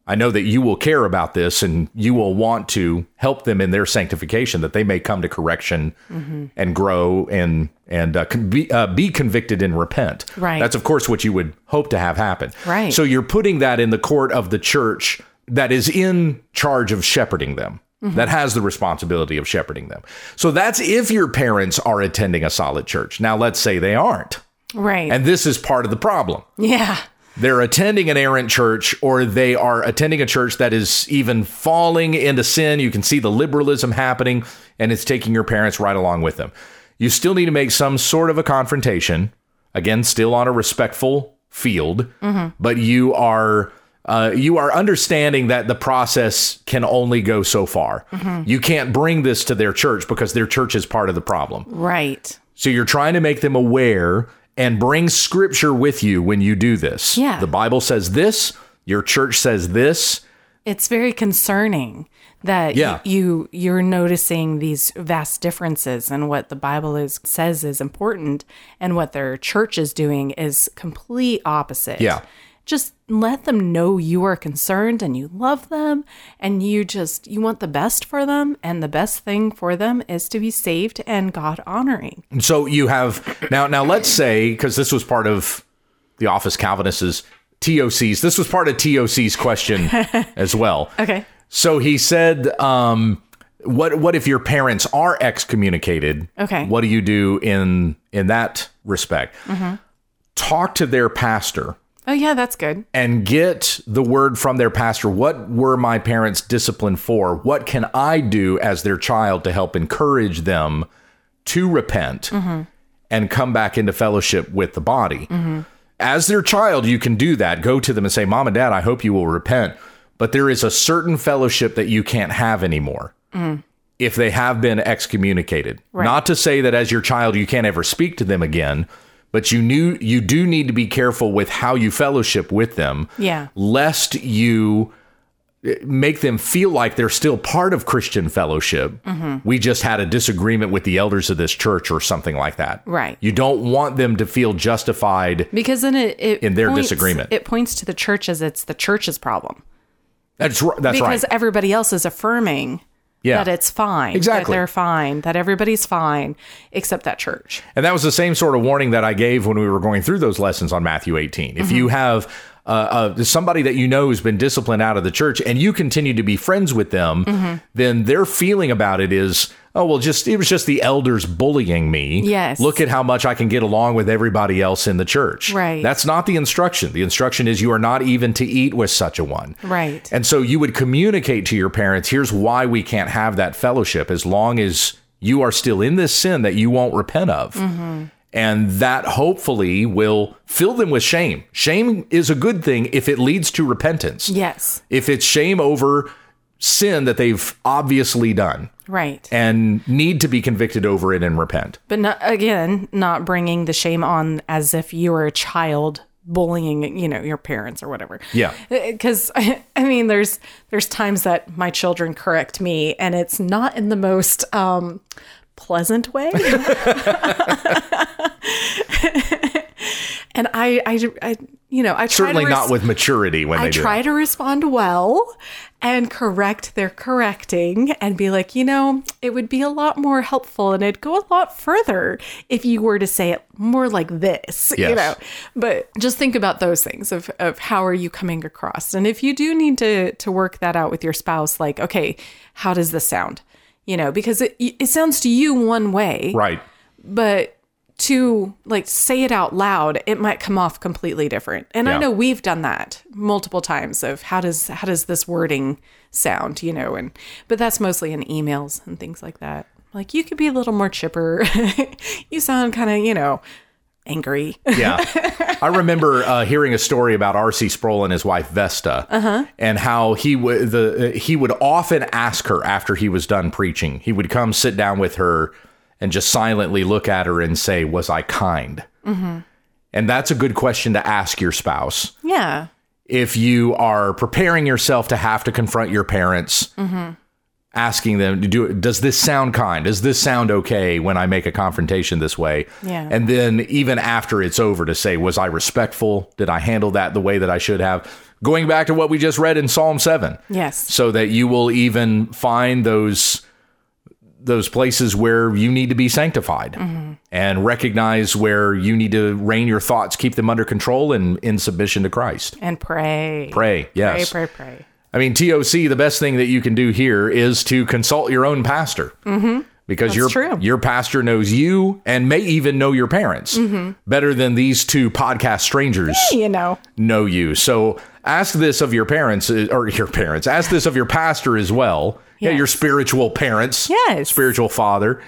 [SPEAKER 1] I know that you will care about this and you will want to help them in their sanctification that they may come to correction
[SPEAKER 2] Mm-hmm.
[SPEAKER 1] and grow and and uh, con- be, uh, be convicted and repent.
[SPEAKER 2] Right.
[SPEAKER 1] That's of course what you would hope to have happen.
[SPEAKER 2] Right.
[SPEAKER 1] So you're putting that in the court of the church that is in charge of shepherding them. That has the responsibility of shepherding them. So that's if your parents are attending a solid church. Now let's say they aren't.
[SPEAKER 2] Right.
[SPEAKER 1] And this is part of the problem
[SPEAKER 2] yeah.
[SPEAKER 1] they're attending an errant church or they are attending a church that is even falling into sin. You can see the liberalism happening and it's taking your parents right along with them. You still need to make some sort of a confrontation, again, still on a respectful field, but you are. Uh, you are understanding that the process can only go so far. You can't bring this to their church because their church is part of the problem.
[SPEAKER 2] Right.
[SPEAKER 1] So you're trying to make them aware and bring scripture with you when you do this.
[SPEAKER 2] Yeah.
[SPEAKER 1] The Bible says this, your church says this.
[SPEAKER 2] It's very concerning that y-
[SPEAKER 1] Yeah.
[SPEAKER 2] you you're noticing these vast differences and what the Bible is says is important and what their church is doing is complete opposite.
[SPEAKER 1] Yeah.
[SPEAKER 2] Just let them know you are concerned and you love them and you just you want the best for them and the best thing for them is to be saved and God honoring.
[SPEAKER 1] And so you have now now let's say cuz this was part of the office Calvinist's TOC's. This was part of TOC's question as well.
[SPEAKER 2] Okay.
[SPEAKER 1] So he said um what what if your parents are excommunicated?
[SPEAKER 2] Okay.
[SPEAKER 1] What do you do in in that respect?
[SPEAKER 2] Mm-hmm.
[SPEAKER 1] Talk to their pastor.
[SPEAKER 2] Oh yeah, that's good.
[SPEAKER 1] and get the word from their pastor what were my parents disciplined for what can i do as their child to help encourage them to repent and come back into fellowship with the body as their child you can do that go to them and say mom and dad i hope you will repent but there is a certain fellowship that you can't have anymore if they have been excommunicated. Not to say that as your child you can't ever speak to them again, but you knew you do need to be careful with how you fellowship with them
[SPEAKER 2] Yeah.
[SPEAKER 1] lest you eh, make them feel like they're still part of Christian fellowship. We just had a disagreement with the elders of this church or something like that.
[SPEAKER 2] Right.
[SPEAKER 1] You don't want them to feel justified.
[SPEAKER 2] Because then it, it
[SPEAKER 1] In their
[SPEAKER 2] points-
[SPEAKER 1] disagreement.
[SPEAKER 2] it points to the church as it's the church's problem
[SPEAKER 1] That's r- that's
[SPEAKER 2] because
[SPEAKER 1] right.
[SPEAKER 2] everybody else is affirming
[SPEAKER 1] Yeah.
[SPEAKER 2] that it's fine,
[SPEAKER 1] Exactly.
[SPEAKER 2] that they're fine, that everybody's fine except that church.
[SPEAKER 1] And that was the same sort of warning that I gave when we were going through those lessons on Matthew 18. If
[SPEAKER 2] Mm-hmm.
[SPEAKER 1] you have uh, uh, somebody that you know has been disciplined out of the church and you continue to be friends with them,
[SPEAKER 2] Mm-hmm.
[SPEAKER 1] then their feeling about it is, oh, well, just it was just the elders bullying me.
[SPEAKER 2] Yes.
[SPEAKER 1] Look at how much I can get along with everybody else in the church.
[SPEAKER 2] Right.
[SPEAKER 1] That's not the instruction. The instruction is you are not even to eat with such a one.
[SPEAKER 2] Right.
[SPEAKER 1] And so you would communicate to your parents, here's why we can't have that fellowship as long as you are still in this sin that you won't repent of.
[SPEAKER 2] Mm-hmm.
[SPEAKER 1] And that hopefully will fill them with shame. Shame is a good thing if it leads to repentance.
[SPEAKER 2] Yes.
[SPEAKER 1] If it's shame over sin that they've obviously done
[SPEAKER 2] Right.
[SPEAKER 1] and need to be convicted over it and repent.
[SPEAKER 2] But not, again, not bringing the shame on as if you were a child bullying, you know, your parents or whatever.
[SPEAKER 1] Yeah.
[SPEAKER 2] Because I, I mean, there's there's times that my children correct me, and it's not in the most um, pleasant way. and I, I, I, you know, I try
[SPEAKER 1] Certainly
[SPEAKER 2] to res-
[SPEAKER 1] not with maturity when
[SPEAKER 2] I
[SPEAKER 1] they do.
[SPEAKER 2] try to respond well and correct their correcting and be like, you know, it would be a lot more helpful and it'd go a lot further if you were to say it more like this,
[SPEAKER 1] Yes.
[SPEAKER 2] you know. But just think about those things of, of how are you coming across? And if you do need to to work that out with your spouse, like, okay, how does this sound? You know, because it, it sounds to you one way,
[SPEAKER 1] Right.
[SPEAKER 2] but to like say it out loud it might come off completely different and
[SPEAKER 1] Yeah.
[SPEAKER 2] i know we've done that multiple times of how does how does this wording sound you know and but that's mostly in emails and things like that like you could be a little more chipper you sound kind of you know angry
[SPEAKER 1] Yeah. I remember uh, hearing a story about R.C. Sproul and his wife Vesta, and how he would the uh, he would often ask her after he was done preaching. He would come sit down with her and just silently look at her and say, "Was I kind?" And that's a good question to ask your spouse
[SPEAKER 2] yeah
[SPEAKER 1] if you are preparing yourself to have to confront your parents.
[SPEAKER 2] Mm-hmm.
[SPEAKER 1] Asking them to do it. Does this sound kind? Does this sound okay when I make a confrontation this way?
[SPEAKER 2] Yeah.
[SPEAKER 1] And then even after it's over, to say, was I respectful? Did I handle that the way that I should have? Going back to what we just read in Psalm seven,
[SPEAKER 2] yes
[SPEAKER 1] so that you will even find those those places where you need to be sanctified
[SPEAKER 2] Mm-hmm.
[SPEAKER 1] and recognize where you need to rein your thoughts, keep them under control, and in submission to Christ.
[SPEAKER 2] and pray
[SPEAKER 1] Pray, yes.
[SPEAKER 2] pray pray pray
[SPEAKER 1] I mean, TOC, the best thing that you can do here is to consult your own pastor. Mm-hmm. Because your
[SPEAKER 2] true.
[SPEAKER 1] your pastor knows you and may even know your parents better than these two podcast strangers
[SPEAKER 2] you know
[SPEAKER 1] know you. So ask this of your parents uh, or your parents. Ask this of your pastor as well. Yeah,
[SPEAKER 2] Yes.
[SPEAKER 1] your spiritual parents.
[SPEAKER 2] Yes.
[SPEAKER 1] Spiritual father.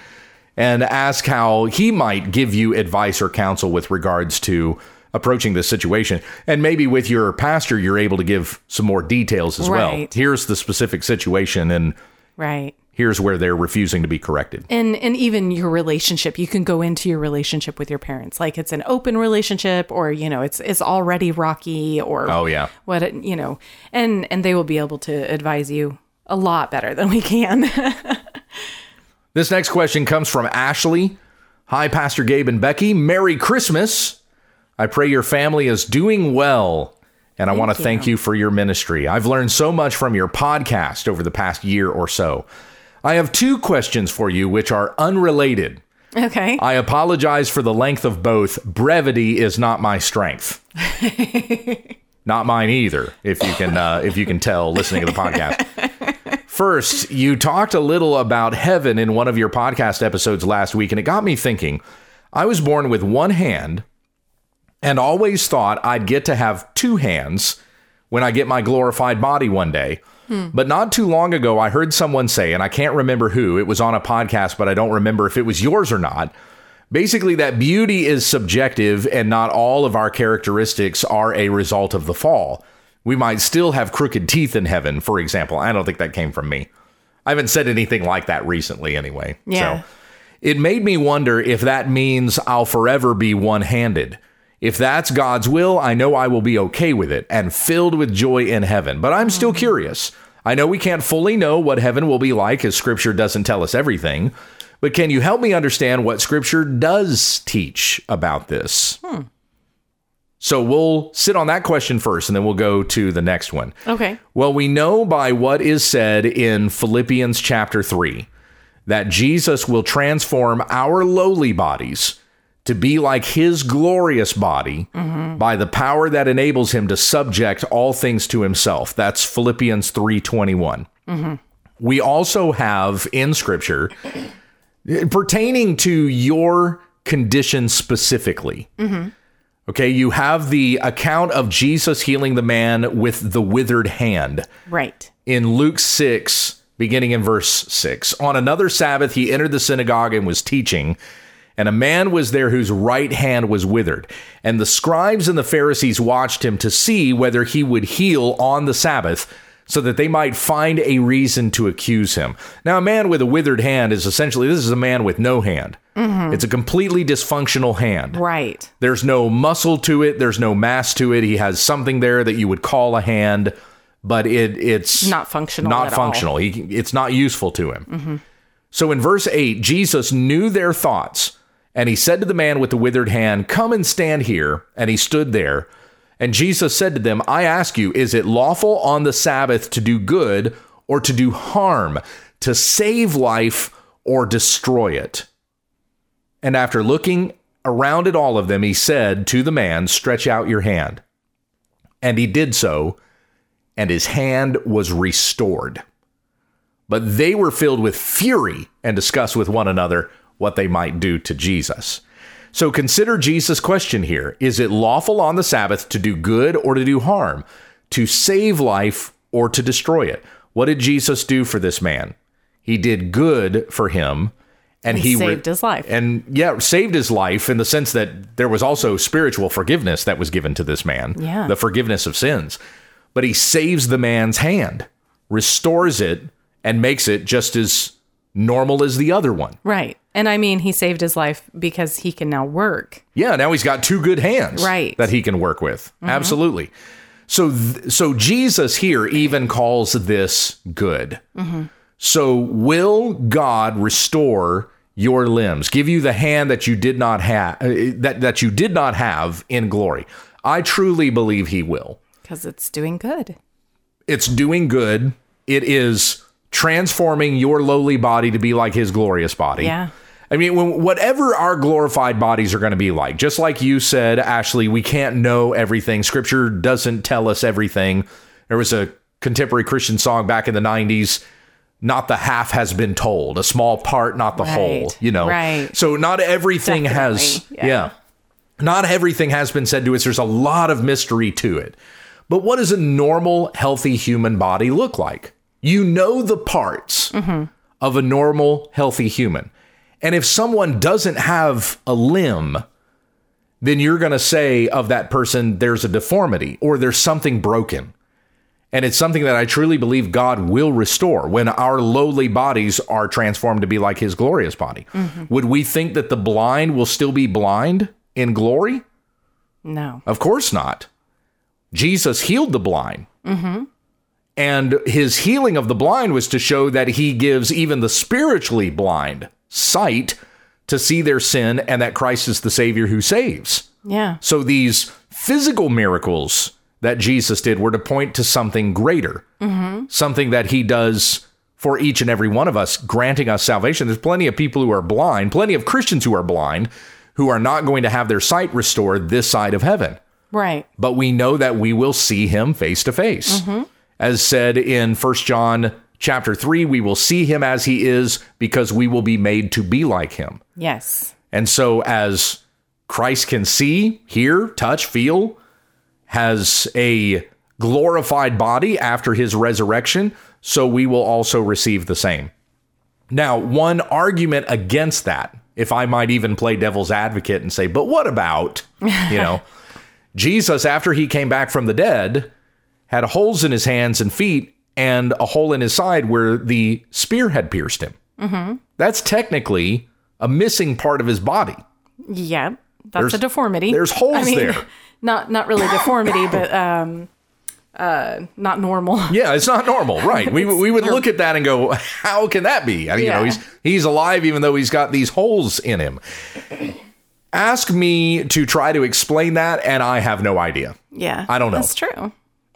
[SPEAKER 1] And ask how he might give you advice or counsel with regards to approaching this situation. And maybe with your pastor, you're able to give some more details as well.
[SPEAKER 2] Right.
[SPEAKER 1] Here's the specific situation, and
[SPEAKER 2] right
[SPEAKER 1] here's where they're refusing to be corrected.
[SPEAKER 2] and and even your relationship you can go into your relationship with your parents like it's an open relationship or you know it's it's already rocky or
[SPEAKER 1] Oh, yeah.
[SPEAKER 2] what it, you know and and they will be able to advise you a lot better than we can
[SPEAKER 1] This next question comes from Ashley. Hi, Pastor Gabe and Becky. Merry Christmas. I pray your family is doing well. And I want to thank you for your ministry. I've learned so much from your podcast over the past year or so. I have two questions for you, which are unrelated.
[SPEAKER 2] okay
[SPEAKER 1] I apologize for the length of both. Brevity is not my strength. not mine either. If you can, uh, if you can tell, listening to the podcast. First, you talked a little about heaven in one of your podcast episodes last week, and it got me thinking. I was born with one hand, and always thought I'd get to have two hands when I get my glorified body one day. But not too long ago, I heard someone say, and I can't remember who, it was on a podcast, but I don't remember if it was yours or not. Basically, that beauty is subjective and not all of our characteristics are a result of the fall. We might still have crooked teeth in heaven, for example. I don't think that came from me. I haven't said anything like that recently, anyway.
[SPEAKER 2] Yeah.
[SPEAKER 1] So it made me wonder if that means I'll forever be one handed. If that's God's will, I know I will be okay with it and filled with joy in heaven. But I'm still curious. I know we can't fully know what heaven will be like as scripture doesn't tell us everything. But can you help me understand what scripture does teach about this? So we'll sit on that question first and then we'll go to the next one.
[SPEAKER 2] Okay.
[SPEAKER 1] Well, we know by what is said in Philippians chapter 3 that Jesus will transform our lowly bodies to be like his glorious body by the power that enables him to subject all things to himself. That's Philippians 3:21. We also have in scripture pertaining to your condition specifically. Okay, you have the account of Jesus healing the man with the withered hand
[SPEAKER 2] Right.
[SPEAKER 1] in Luke 6, beginning in verse 6. On another Sabbath, he entered the synagogue and was teaching, and a man was there whose right hand was withered. And the scribes and the Pharisees watched him to see whether he would heal on the Sabbath. So that they might find a reason to accuse him. Now, a man with a withered hand is essentially this is a man with no hand. It's a completely dysfunctional hand.
[SPEAKER 2] Right.
[SPEAKER 1] There's no muscle to it. There's no mass to it. He has something there that you would call a hand, but it it's
[SPEAKER 2] Not functional.
[SPEAKER 1] not
[SPEAKER 2] at all.
[SPEAKER 1] functional. He, it's not useful to him. Mm-hmm. So in verse 8, Jesus knew their thoughts, and he said to the man with the withered hand, Come and stand here. And he stood there. And Jesus said to them, I ask you, is it lawful on the Sabbath to do good or to do harm, to save life or destroy it? And after looking around at all of them, he said to the man, Stretch out your hand. And he did so, and his hand was restored. But they were filled with fury and discussed with one another what they might do to Jesus. So consider Jesus' question here Is it lawful on the Sabbath to do good or to do harm, to save life or to destroy it? What did Jesus do for this man? He did good for him, and
[SPEAKER 2] He
[SPEAKER 1] he re-
[SPEAKER 2] saved his life.
[SPEAKER 1] and yeah, saved his life in the sense that there was also spiritual forgiveness that was given to this man.
[SPEAKER 2] Yeah.
[SPEAKER 1] The forgiveness of sins. But he saves the man's hand, restores it, and makes it just as normal as the other one.
[SPEAKER 2] Right. And I mean, he saved his life because he can now work.
[SPEAKER 1] Yeah, now he's got two good hands
[SPEAKER 2] Right. Mm-hmm.
[SPEAKER 1] that he can work with. Absolutely. So th- so Jesus here even calls this good.
[SPEAKER 2] Mm-hmm.
[SPEAKER 1] So will God restore your limbs, give you the hand that you did not have that that you did not have in glory? I truly believe he will.
[SPEAKER 2] Because it's doing good.
[SPEAKER 1] It's doing good. It is transforming your lowly body to be like his glorious body.
[SPEAKER 2] Yeah.
[SPEAKER 1] I mean, when, whatever our glorified bodies are going to be like, just like you said, Ashley, we can't know everything. Scripture doesn't tell us everything. There was a contemporary Christian song back in the 90s, not the half has been told, a small part, not the whole,
[SPEAKER 2] Right.
[SPEAKER 1] you know?
[SPEAKER 2] Right.
[SPEAKER 1] So not everything has,
[SPEAKER 2] Definitely. Yeah.
[SPEAKER 1] yeah. Not everything has been said to us. There's a lot of mystery to it. But what does a normal, healthy human body look like? You know the parts
[SPEAKER 2] Mm-hmm.
[SPEAKER 1] of a normal, healthy human. And if someone doesn't have a limb, then you're going to say of that person, there's a deformity or there's something broken. And it's something that I truly believe God will restore when our lowly bodies are transformed to be like his glorious body. Would we think that the blind will still be blind in glory?
[SPEAKER 2] No.
[SPEAKER 1] Of course not. Jesus healed the blind. And his healing of the blind was to show that he gives even the spiritually blind sight to see their sin and that Christ is the Savior who saves.
[SPEAKER 2] Yeah.
[SPEAKER 1] So these physical miracles that Jesus did were to point to something greater, something that he does for each and every one of us, granting us salvation. There's plenty of people who are blind, plenty of Christians who are blind, who are not going to have their sight restored this side of heaven.
[SPEAKER 2] Right.
[SPEAKER 1] But we know that we will see him face to face. As said in 1 John chapter 3, we will see him as he is because we will be made to be like him.
[SPEAKER 2] Yes.
[SPEAKER 1] And so, as Christ can see, hear, touch, feel, has a glorified body after his resurrection, so we will also receive the same. Now, one argument against that, if I might even play devil's advocate and say, but what about, you know, Jesus, after he came back from the dead, had holes in his hands and feet and a hole in his side where the spear had pierced him. That's technically a missing part of his body.
[SPEAKER 2] Yeah, that's
[SPEAKER 1] There's-
[SPEAKER 2] a deformity.
[SPEAKER 1] there's holes there.
[SPEAKER 2] Not not really deformity, but um, uh, not normal.
[SPEAKER 1] Yeah, it's not normal, right? We, we would look at that and go, how can that be? You know,
[SPEAKER 2] Yeah.
[SPEAKER 1] he's he's alive even though he's got these holes in him. Ask me to try to explain that, and I have no idea.
[SPEAKER 2] Yeah,
[SPEAKER 1] I don't know.
[SPEAKER 2] That's true.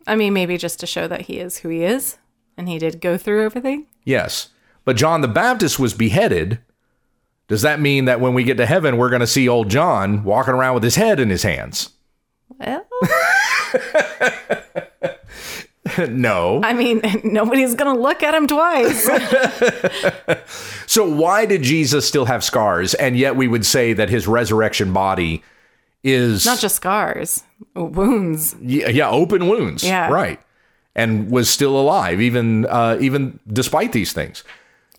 [SPEAKER 2] I mean, maybe just to show that he is who he is, and he did go through everything.
[SPEAKER 1] Yes, but John the Baptist was beheaded. Does that mean that when we get to heaven, we're going to see old John walking around with his head in his hands?
[SPEAKER 2] Well,
[SPEAKER 1] no.
[SPEAKER 2] I mean, nobody's gonna look at him twice.
[SPEAKER 1] So why did Jesus still have scars, and yet we would say that his resurrection body is
[SPEAKER 2] not just scars, wounds.
[SPEAKER 1] yeah, yeah, open wounds.
[SPEAKER 2] Yeah.
[SPEAKER 1] Right. And was still alive, even uh, even despite these things.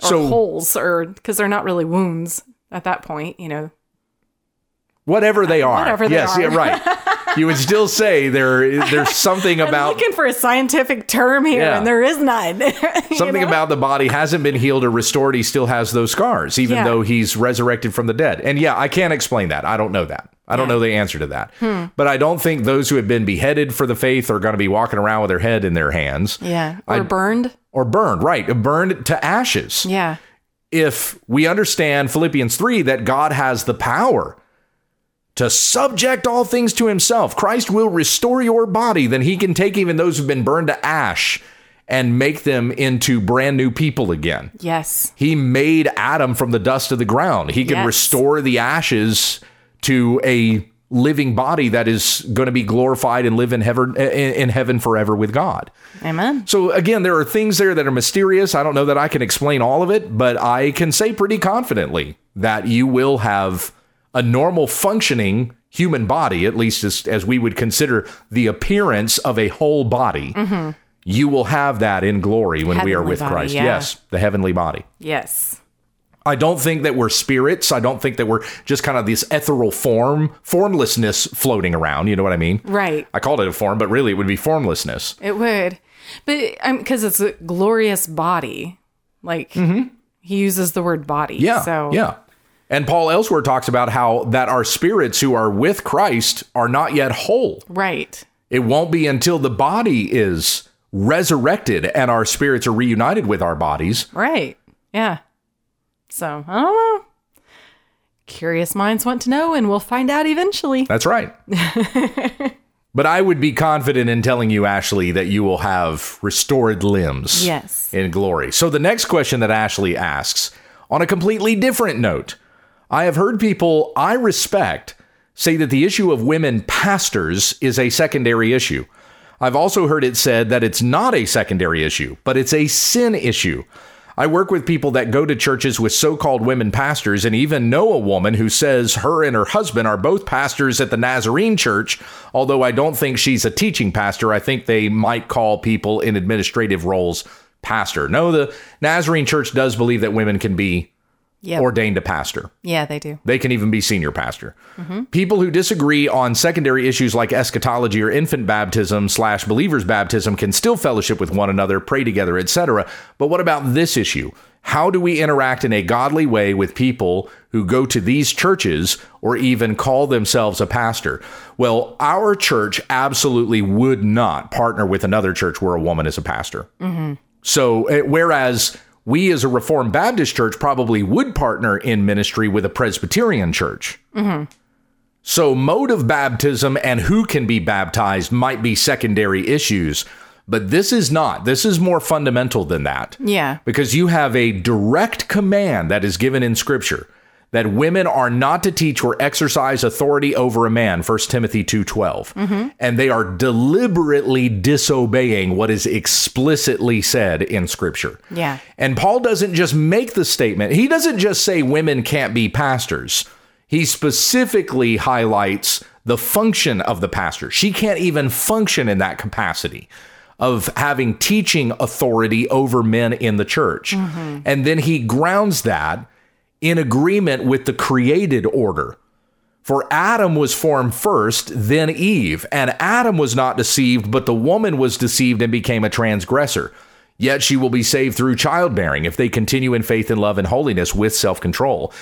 [SPEAKER 1] so
[SPEAKER 2] holes or because they're not really wounds at that point, you know.
[SPEAKER 1] whatever they are,
[SPEAKER 2] Whatever they
[SPEAKER 1] yes,
[SPEAKER 2] are.
[SPEAKER 1] yeah, right. you would still say there there's something
[SPEAKER 2] I'm
[SPEAKER 1] about
[SPEAKER 2] looking for a scientific term here,
[SPEAKER 1] Yeah.
[SPEAKER 2] and there is none. You
[SPEAKER 1] something
[SPEAKER 2] know?
[SPEAKER 1] about the body hasn't been healed or restored. He still has those scars, even
[SPEAKER 2] Yeah.
[SPEAKER 1] though he's resurrected from the dead. And yeah, I can't explain that. I don't know that. I don't know the answer to that.
[SPEAKER 2] Hmm.
[SPEAKER 1] But I don't think those who have been beheaded for the faith are going to be walking around with their head in their hands
[SPEAKER 2] yeah, or burned.
[SPEAKER 1] or burned, right? Burned to ashes.
[SPEAKER 2] Yeah,
[SPEAKER 1] if we understand Philippians 3 that God has the power to subject all things to himself, Christ will restore your body, then he can take even those who've been burned to ash and make them into brand new people again.
[SPEAKER 2] yes,
[SPEAKER 1] He made Adam from the dust of the ground. He can
[SPEAKER 2] Yes.
[SPEAKER 1] restore the ashes to a living body that is going to be glorified and live in heaven in heaven forever with God.
[SPEAKER 2] amen.
[SPEAKER 1] So again, there are things there that are mysterious. I don't know that I can explain all of it, but I can say pretty confidently that you will have a normal functioning human body, at least as, as we would consider the appearance of a whole body. You will have that in glory when we are
[SPEAKER 2] Mm-hmm. Heavenly
[SPEAKER 1] with
[SPEAKER 2] body,
[SPEAKER 1] Christ.
[SPEAKER 2] yeah.
[SPEAKER 1] Yes, the heavenly body.
[SPEAKER 2] Yes,
[SPEAKER 1] I don't think that we're spirits. I don't think that we're just kind of this ethereal form, formlessness floating around. You know what I mean?
[SPEAKER 2] right.
[SPEAKER 1] I called it a form, but really it would be formlessness.
[SPEAKER 2] It would, but because it's a glorious body, like he uses the word body.
[SPEAKER 1] Mm-hmm. Yeah.
[SPEAKER 2] so
[SPEAKER 1] yeah. And Paul elsewhere talks about how that our spirits who are with Christ are not yet whole.
[SPEAKER 2] right.
[SPEAKER 1] It won't be until the body is resurrected and our spirits are reunited with our bodies.
[SPEAKER 2] Right. Yeah. So I don't know. Curious minds want to know, and we'll find out eventually.
[SPEAKER 1] That's right. but I would be confident in telling you, Ashley, that you will have restored limbs
[SPEAKER 2] Yes.
[SPEAKER 1] in glory. So the next question that Ashley asks, on a completely different note, I have heard people I respect say that the issue of women pastors is a secondary issue. I've also heard it said that it's not a secondary issue, but it's a sin issue. I work with people that go to churches with so called women pastors and even know a woman who says her and her husband are both pastors at the Nazarene church, although I don't think she's a teaching pastor. I think they might call people in administrative roles pastor. No, the Nazarene church does believe that women can be
[SPEAKER 2] Yep.
[SPEAKER 1] ordained a pastor.
[SPEAKER 2] Yeah, they do.
[SPEAKER 1] They can even be senior pastor. People who disagree on secondary issues like eschatology or infant baptism slash believers baptism can still fellowship with one another, pray together, etc. But what about this issue? How do we interact in a godly way with people who go to these churches or even call themselves a pastor? Well, our church absolutely would not partner with another church where a woman is a pastor. So, eh, whereas we as a Reformed Baptist church probably would partner in ministry with a Presbyterian church. So, mode of baptism and who can be baptized might be secondary issues, but this is not. This is more fundamental than that
[SPEAKER 2] Yeah.
[SPEAKER 1] because you have a direct command that is given in Scripture that women are not to teach or exercise authority over a man 1 timothy 2.12 and they are deliberately disobeying what is explicitly said in scripture
[SPEAKER 2] Yeah.
[SPEAKER 1] and Paul doesn't just make the statement, he doesn't just say women can't be pastors. He specifically highlights the function of the pastor. She can't even function in that capacity of having teaching authority over men in the church. And then he grounds that in agreement with the created order. For Adam was formed first, then Eve. And Adam was not deceived, but the woman was deceived and became a transgressor. Yet she will be saved through childbearing if they continue in faith and love and holiness with self control.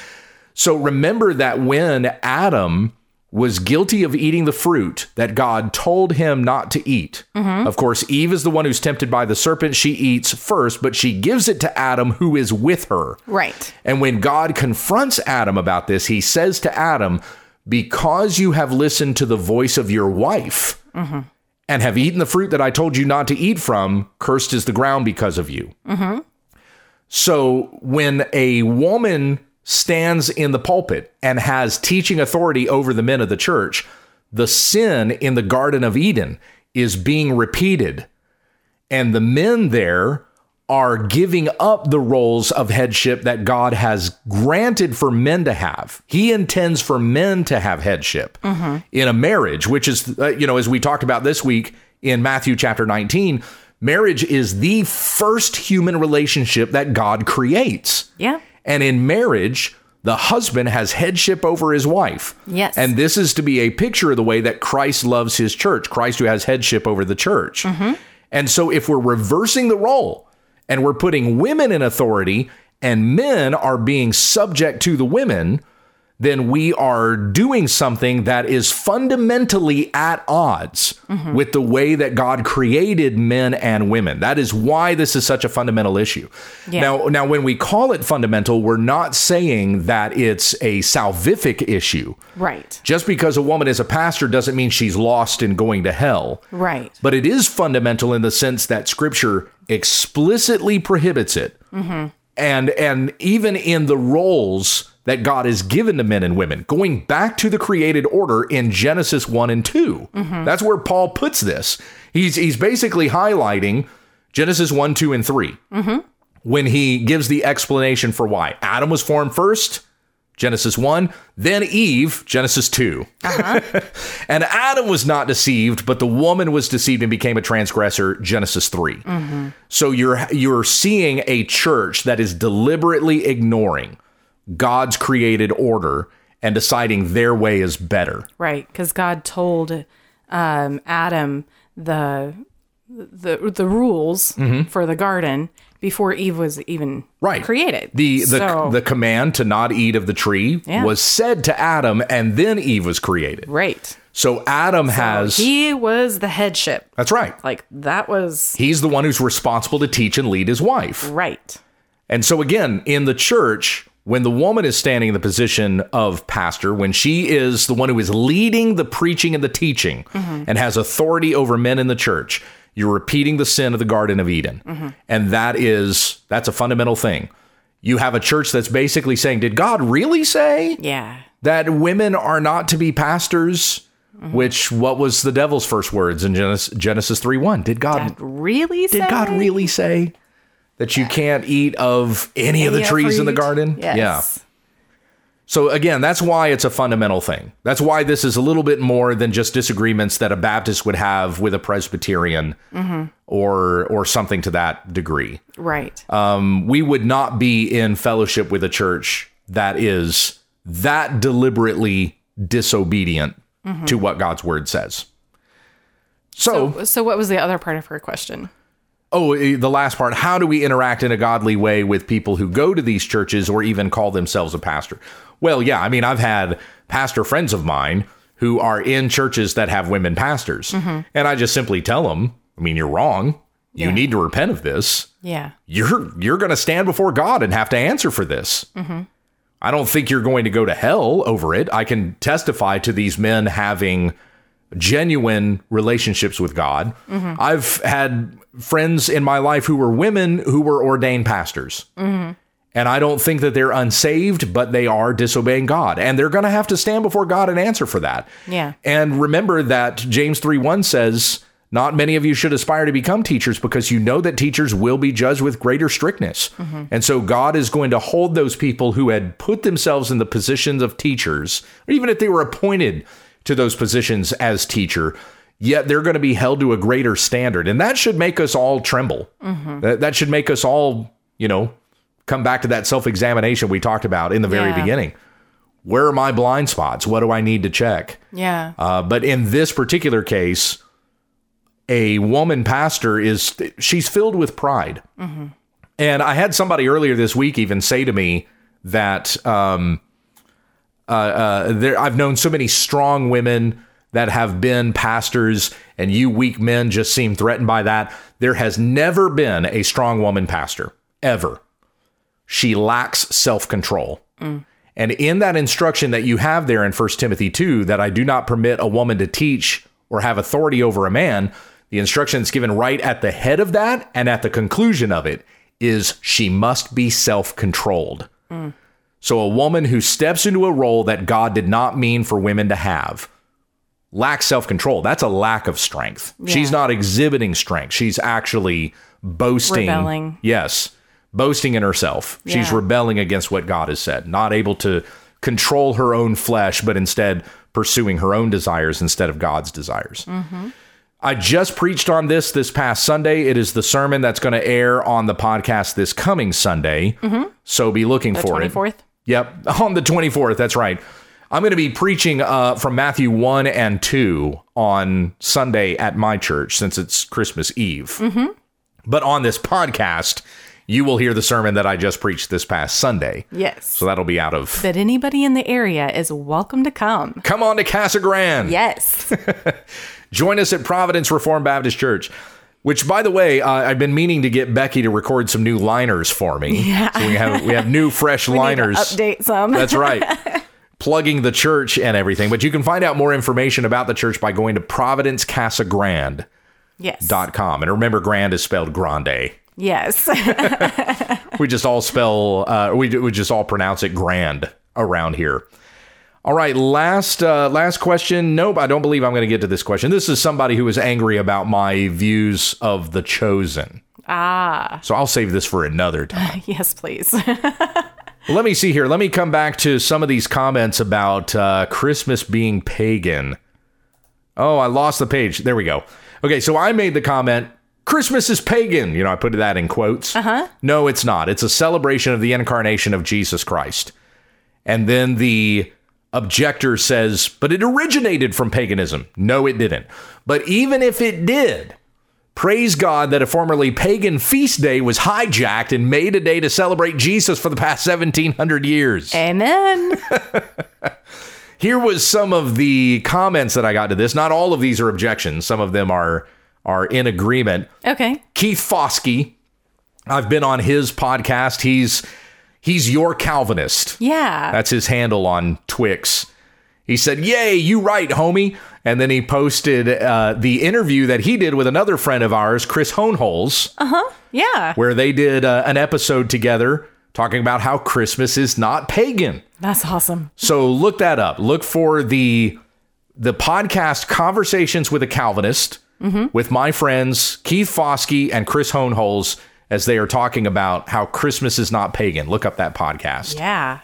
[SPEAKER 1] So remember that when Adam was guilty of eating the fruit that God told him not to eat, of course, Eve is the one who's tempted by the serpent. She eats first, but she gives it to Adam, who is with her.
[SPEAKER 2] Right.
[SPEAKER 1] And when God confronts Adam about this, he says to Adam, Because you have listened to the voice of your wife and have eaten the fruit that I told you not to eat from, cursed is the ground because of you. So when a woman stands in the pulpit and has teaching authority over the men of the church, the sin in the Garden of Eden is being repeated and the men there are giving up the roles of headship that God has granted for men to have. He intends for men to have headship in a marriage, which is, uh, you know, as we talked about this week in Matthew chapter 19, marriage is the first human relationship that God creates.
[SPEAKER 2] Yeah.
[SPEAKER 1] And in marriage, the husband has headship over his wife.
[SPEAKER 2] Yes.
[SPEAKER 1] And this is to be a picture of the way that Christ loves his church, Christ who has headship over the church. And so if we're reversing the role and we're putting women in authority and men are being subject to the women, then we are doing something that is fundamentally at odds with the way that God created men and women. That is why this is such a fundamental issue.
[SPEAKER 2] Yeah.
[SPEAKER 1] Now, now when we call it fundamental, we're not saying that it's a salvific issue.
[SPEAKER 2] Right.
[SPEAKER 1] Just because a woman is a pastor doesn't mean she's lost and going to hell.
[SPEAKER 2] Right.
[SPEAKER 1] But it is fundamental in the sense that scripture explicitly prohibits it. And and even in the roles that God has given to men and women, going back to the created order in Genesis 1 and 2. That's where Paul puts this. He's he's basically highlighting Genesis 1, 2, and 3. When he gives the explanation for why Adam was formed first, Genesis 1, then Eve, Genesis 2. And Adam was not deceived, but the woman was deceived and became a transgressor, Genesis 3. So you're you're seeing a church that is deliberately ignoring God's created order and deciding their way is better.
[SPEAKER 2] Right, because God told um, Adam the the the rules for the garden before Eve was even
[SPEAKER 1] Mm-hmm. Right.
[SPEAKER 2] created.
[SPEAKER 1] The the
[SPEAKER 2] So-
[SPEAKER 1] the command to not eat of the tree
[SPEAKER 2] Yeah.
[SPEAKER 1] was said to Adam and then Eve was created.
[SPEAKER 2] right.
[SPEAKER 1] So Adam has
[SPEAKER 2] He was the headship.
[SPEAKER 1] That's right.
[SPEAKER 2] Like that was
[SPEAKER 1] He's the one who's responsible to teach and lead his wife.
[SPEAKER 2] right.
[SPEAKER 1] And so, again, in the church, when the woman is standing in the position of pastor, when she is the one who is leading the preaching and the teaching and has authority over men in the church, you're repeating the sin of the Garden of Eden. And that is, that's a fundamental thing. You have a church that's basically saying, Did God really say
[SPEAKER 2] Yeah.
[SPEAKER 1] that women are not to be pastors? Which, what was the devil's first words in Genesis, Genesis 3 1? Did God
[SPEAKER 2] Really?
[SPEAKER 1] did God really say that you can't eat of any of the trees in the garden?
[SPEAKER 2] Yes.
[SPEAKER 1] So again, that's why it's a fundamental thing. That's why this is a little bit more than just disagreements that a Baptist would have with a Presbyterian or or something to that degree.
[SPEAKER 2] Right.
[SPEAKER 1] Um, we would not be in fellowship with a church that is that deliberately disobedient to what God's word says. Mm-hmm. so
[SPEAKER 2] so what was the other part of her question?
[SPEAKER 1] Oh, eh, the last part. How do we interact in a godly way with people who go to these churches or even call themselves a pastor? Well, yeah, I mean, I've had pastor friends of mine who are in churches that have women pastors. And I just simply tell them, I mean, you're wrong. You need to repent of this.
[SPEAKER 2] Yeah.
[SPEAKER 1] You're you're going to stand before God and have to answer for this. I don't think you're going to go to hell over it. I can testify to these men having genuine relationships with God. I've had friends in my life who were women who were ordained pastors. And I don't think that they're unsaved, but they are disobeying God. And they're going to have to stand before God and answer for that.
[SPEAKER 2] Yeah.
[SPEAKER 1] And remember that James 3 1 says, Not many of you should aspire to become teachers because you know that teachers will be judged with greater strictness.
[SPEAKER 2] Mm-hmm.
[SPEAKER 1] And so God is going to hold those people who had put themselves in the positions of teachers, or even if they were appointed to those positions as teacher. Yet they're going to be held to a greater standard. And that should make us all tremble.
[SPEAKER 2] Mm-hmm.
[SPEAKER 1] That, that should make us all, you know, come back to that self examination we talked about in the very
[SPEAKER 2] Yeah.
[SPEAKER 1] beginning where are my blind spots? What do I need to check?
[SPEAKER 2] Yeah.
[SPEAKER 1] Uh, but in this particular case, a woman pastor is she's filled with pride. And I had somebody earlier this week even say to me that um, uh, uh, there I've known so many strong women that have been pastors, and you weak men just seem threatened by that. There has never been a strong woman pastor ever. She lacks self control. And in that instruction that you have there in 1 Timothy 2, that I do not permit a woman to teach or have authority over a man, the instruction that's given right at the head of that and at the conclusion of it is she must be self controlled. So a woman who steps into a role that God did not mean for women to have lacks self control. That's a lack of strength. She's not exhibiting strength, she's actually boasting.
[SPEAKER 2] Rebelling.
[SPEAKER 1] Yes. Boasting in herself. She's
[SPEAKER 2] Yeah.
[SPEAKER 1] rebelling against what God has said, not able to control her own flesh, but instead pursuing her own desires instead of God's desires. I just preached on this this past Sunday. It is the sermon that's going to air on the podcast this coming Sunday. So be looking for
[SPEAKER 2] Twenty
[SPEAKER 1] it.
[SPEAKER 2] fourth.
[SPEAKER 1] Yep, on the 24th. That's right. I'm going to be preaching uh, from Matthew 1 and 2 on Sunday at my church since it's Christmas Eve. But on this podcast, you will hear the sermon that I just preached this past Sunday.
[SPEAKER 2] Yes.
[SPEAKER 1] So that'll be out of.
[SPEAKER 2] that anybody in the area is welcome to come.
[SPEAKER 1] Come on to Casa Grande.
[SPEAKER 2] Yes.
[SPEAKER 1] Join us at Providence Reformed Baptist Church. Which, by the way, uh, I've been meaning to get Becky to record some new liners for me. Yeah. So we have we have new fresh liners.
[SPEAKER 2] Update some.
[SPEAKER 1] That's right. Plugging the church and everything. But you can find out more information about the church by going to providencecasagrande.com.
[SPEAKER 2] yes.
[SPEAKER 1] And remember, grand is spelled grande.
[SPEAKER 2] Yes.
[SPEAKER 1] We just all spell, uh, we, we just all pronounce it grand around here. All right, last uh, last question. Nope, I don't believe I'm going to get to this question. This is somebody who is angry about my views of the chosen. Ah. So I'll save this for another time.
[SPEAKER 2] yes, please.
[SPEAKER 1] Let me see here. Let me come back to some of these comments about uh, Christmas being pagan. Oh, I lost the page. There we go. Okay, so I made the comment Christmas is pagan. You know, I put that in quotes. Uh-huh. No, it's not. It's a celebration of the incarnation of Jesus Christ. And then the objector says, but it originated from paganism. No, it didn't. But even if it did, Praise God that a formerly pagan feast day was hijacked and made a day to celebrate Jesus for the past 1700 years.
[SPEAKER 2] Amen.
[SPEAKER 1] Here was some of the comments that I got to this. Not all of these are objections. Some of them are are in agreement.
[SPEAKER 2] Okay.
[SPEAKER 1] Keith Foskey, I've been on his podcast. He's he's your Calvinist.
[SPEAKER 2] Yeah.
[SPEAKER 1] That's his handle on Twix. He said, Yay, you right, homie. And then he posted uh, the interview that he did with another friend of ours, Chris Hohnholz.
[SPEAKER 2] Yeah.
[SPEAKER 1] where they did uh, an episode together talking about how Christmas is not pagan.
[SPEAKER 2] That's awesome.
[SPEAKER 1] So look that up. Look for the the podcast Conversations with a Calvinist with my friends Keith Foskey and Chris Hohnholz as they are talking about how Christmas is not pagan. Look up that podcast.
[SPEAKER 2] Yeah.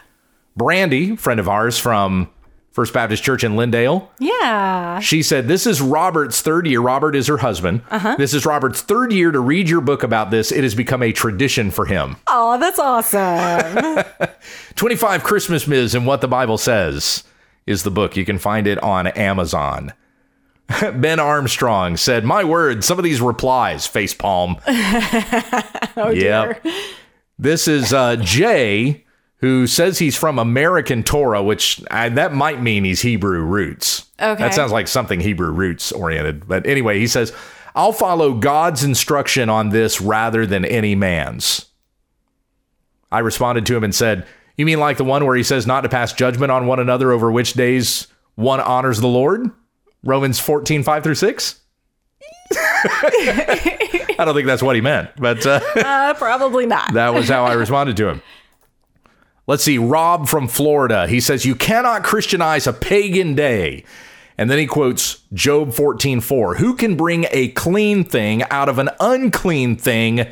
[SPEAKER 1] Brandy, friend of ours from First Baptist Church in Lindale,
[SPEAKER 2] Yeah.
[SPEAKER 1] she said, This is Robert's third year. Robert is her husband. This is Robert's third year to read your book about this. It has become a tradition for him.
[SPEAKER 2] Oh, that's awesome.
[SPEAKER 1] 25 Christmas Myths and What the Bible Says is the book. You can find it on Amazon. Ben Armstrong said, My word, some of these replies, facepalm. oh, This is uh, Jay, who says he's from American Torah, which I, that might mean he's Hebrew roots.
[SPEAKER 2] Okay.
[SPEAKER 1] That sounds like something Hebrew roots oriented. But anyway, he says, I'll follow God's instruction on this rather than any man's. I responded to him and said, You mean like the one where he says not to pass judgment on one another over which days one honors the Lord? Romans 14, 5 through 6? I don't think that's what he meant, but uh,
[SPEAKER 2] Uh, probably not.
[SPEAKER 1] that was how I responded to him. Let's see, Rob from Florida. He says, You cannot Christianize a pagan day. And then he quotes Job 14:4. Who can bring a clean thing out of an unclean thing?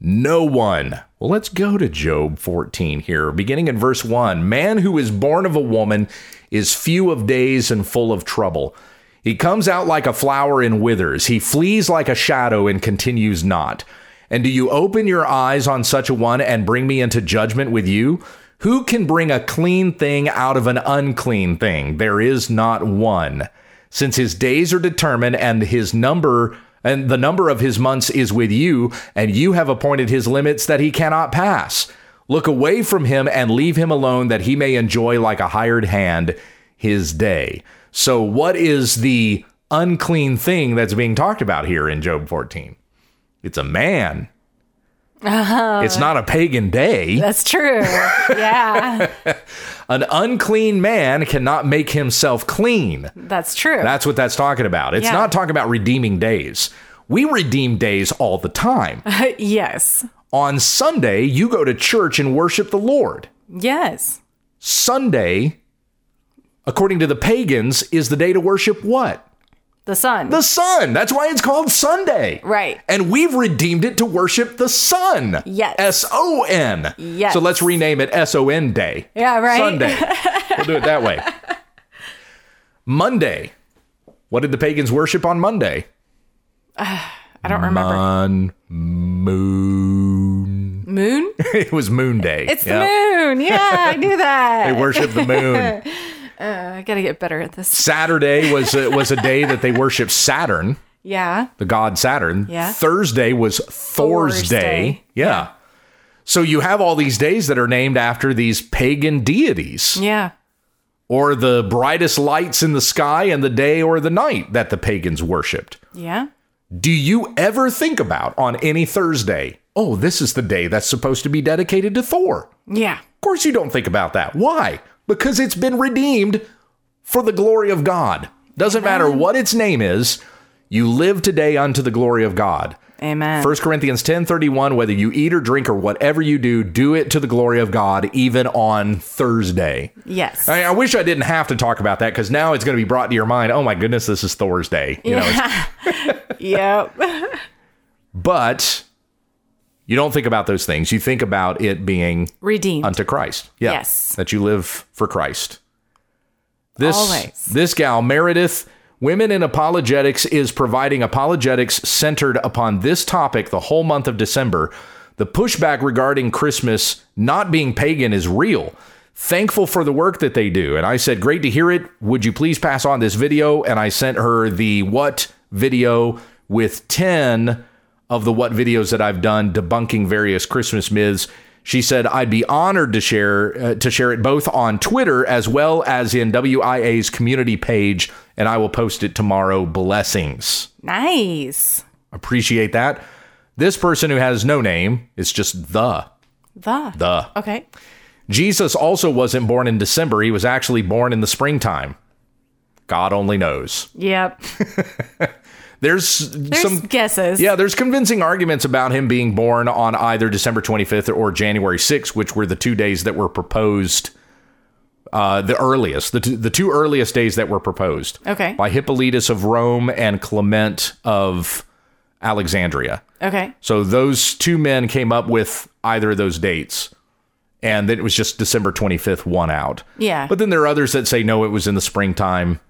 [SPEAKER 1] No one. Well, let's go to Job 14 here, beginning in verse 1. Man who is born of a woman is few of days and full of trouble. He comes out like a flower and withers. He flees like a shadow and continues not. And do you open your eyes on such a one and bring me into judgment with you? Who can bring a clean thing out of an unclean thing? There is not one. Since his days are determined and his number and the number of his months is with you, and you have appointed his limits that he cannot pass. Look away from him and leave him alone that he may enjoy like a hired hand his day. So, what is the unclean thing that's being talked about here in Job 14? It's a man. It's not a pagan day.
[SPEAKER 2] That's true. yeah,
[SPEAKER 1] An unclean man cannot make himself clean.
[SPEAKER 2] that's true.
[SPEAKER 1] That's what that's talking about. It's
[SPEAKER 2] Yeah.
[SPEAKER 1] not talking about redeeming days. We redeem days all the time.
[SPEAKER 2] yes.
[SPEAKER 1] On Sunday, you go to church and worship the Lord.
[SPEAKER 2] Yes.
[SPEAKER 1] Sunday, according to the pagans, is the day to worship what?
[SPEAKER 2] The sun.
[SPEAKER 1] The sun. That's why it's called Sunday.
[SPEAKER 2] Right.
[SPEAKER 1] And we've redeemed it to worship the sun.
[SPEAKER 2] Yes.
[SPEAKER 1] S O N.
[SPEAKER 2] Yes.
[SPEAKER 1] So let's rename it S O N Day.
[SPEAKER 2] Yeah, right.
[SPEAKER 1] Sunday. we'll do it that way. Monday. What did the pagans worship on Monday?
[SPEAKER 2] I don't remember.
[SPEAKER 1] On moon.
[SPEAKER 2] moon?
[SPEAKER 1] it was Moon Day.
[SPEAKER 2] It's the moon. Yeah, I knew that.
[SPEAKER 1] They worship the moon.
[SPEAKER 2] I gotta get better at this.
[SPEAKER 1] Saturday was a, was a day that they worship Saturn.
[SPEAKER 2] Yeah.
[SPEAKER 1] the god Saturn.
[SPEAKER 2] Yeah.
[SPEAKER 1] Thursday was Thor's
[SPEAKER 2] Thursday.
[SPEAKER 1] Day. Yeah. So you have all these days that are named after these pagan deities
[SPEAKER 2] Yeah.
[SPEAKER 1] or the brightest lights in the sky and the day or the night that the pagans worshiped.
[SPEAKER 2] Yeah.
[SPEAKER 1] Do you ever think about on any Thursday, oh, this is the day that's supposed to be dedicated to Thor?
[SPEAKER 2] Yeah.
[SPEAKER 1] Of course you don't think about that. Why? Because it's been redeemed for the glory of God. Doesn't matter what its name is, you live today unto the glory of God.
[SPEAKER 2] Amen.
[SPEAKER 1] 1 Corinthians 10:31 whether you eat or drink or whatever you do do it to the glory of God even on Thursday.
[SPEAKER 2] yes.
[SPEAKER 1] I, I wish I didn't have to talk about that cuz now it's going to be brought to your mind, oh my goodness, this is Thursday, you know. it's-
[SPEAKER 2] yep.
[SPEAKER 1] But you don't think about those things. You think about it being
[SPEAKER 2] Redeemed.
[SPEAKER 1] unto Christ. Yeah,
[SPEAKER 2] Yes.
[SPEAKER 1] That you live for Christ. This
[SPEAKER 2] Always.
[SPEAKER 1] this gal Meredith Women in Apologetics is providing apologetics centered upon this topic the whole month of December. The pushback regarding Christmas not being pagan is real. Thankful for the work that they do. And I said, Great to hear it. Would you please pass on this video? And I sent her the what video with 10 of the what videos that I've done debunking various Christmas myths. She said, "I'd be honored to share uh, to share it both on Twitter as well as in WIA's community page, and I will post it tomorrow. Blessings.
[SPEAKER 2] nice.
[SPEAKER 1] Appreciate that." This person who has no name, it's just the
[SPEAKER 2] The.
[SPEAKER 1] the.
[SPEAKER 2] Okay.
[SPEAKER 1] Jesus also wasn't born in December. He was actually born in the springtime. God only knows.
[SPEAKER 2] Yep.
[SPEAKER 1] There's,
[SPEAKER 2] There's
[SPEAKER 1] some
[SPEAKER 2] guesses.
[SPEAKER 1] Yeah, there's convincing arguments about him being born on either December 25th or January 6th, which were the two days that were proposed. Uh, the earliest, the, t- the two earliest days that were proposed
[SPEAKER 2] Okay.
[SPEAKER 1] by Hippolytus of Rome and Clement of Alexandria.
[SPEAKER 2] Okay.
[SPEAKER 1] So those two men came up with either of those dates, and then it was just December 25th won out.
[SPEAKER 2] Yeah.
[SPEAKER 1] But then there are others that say no, it was in the springtime,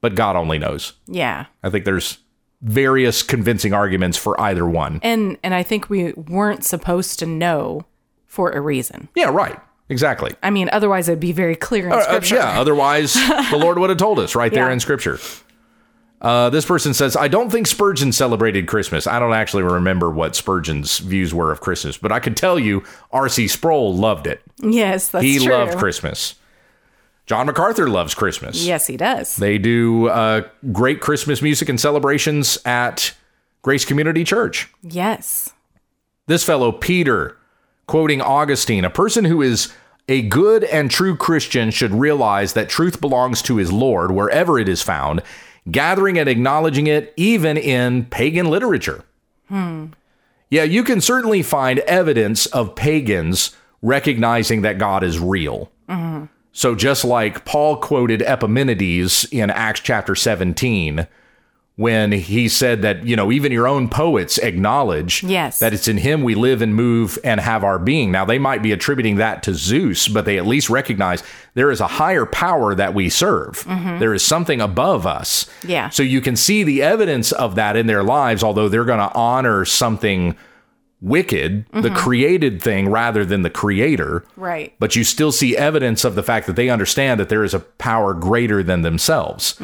[SPEAKER 1] but God only knows.
[SPEAKER 2] yeah.
[SPEAKER 1] I think there's various convincing arguments for either one.
[SPEAKER 2] And and I think we weren't supposed to know for a reason.
[SPEAKER 1] Yeah, right. Exactly.
[SPEAKER 2] I mean, otherwise it'd be very clear in
[SPEAKER 1] Uh,
[SPEAKER 2] scripture.
[SPEAKER 1] yeah, otherwise, the Lord would have told us right there
[SPEAKER 2] Yeah.
[SPEAKER 1] in Scripture. Uh, this person says, I don't think Spurgeon celebrated Christmas. I don't actually remember what Spurgeon's views were of Christmas, but I could tell you R.C. Sproul loved it.
[SPEAKER 2] Yes, that's
[SPEAKER 1] He
[SPEAKER 2] true.
[SPEAKER 1] loved Christmas. John MacArthur loves Christmas.
[SPEAKER 2] Yes, he does.
[SPEAKER 1] They do uh, great Christmas music and celebrations at Grace Community Church.
[SPEAKER 2] Yes.
[SPEAKER 1] This fellow, Peter, quoting Augustine, a person who is a good and true Christian should realize that truth belongs to his Lord wherever it is found, gathering and acknowledging it even in pagan literature. Yeah, you can certainly find evidence of pagans recognizing that God is real. So, just like Paul quoted Epimenides in Acts chapter 17, when he said that, you know, even your own poets acknowledge
[SPEAKER 2] Yes.
[SPEAKER 1] that it's in him we live and move and have our being. Now, they might be attributing that to Zeus, but they at least recognize there is a higher power that we serve, There is something above us.
[SPEAKER 2] Yeah.
[SPEAKER 1] So, you can see the evidence of that in their lives, although they're going to honor something wicked, the created thing rather than the creator.
[SPEAKER 2] Right.
[SPEAKER 1] But you still see evidence of the fact that they understand that there is a power greater than themselves.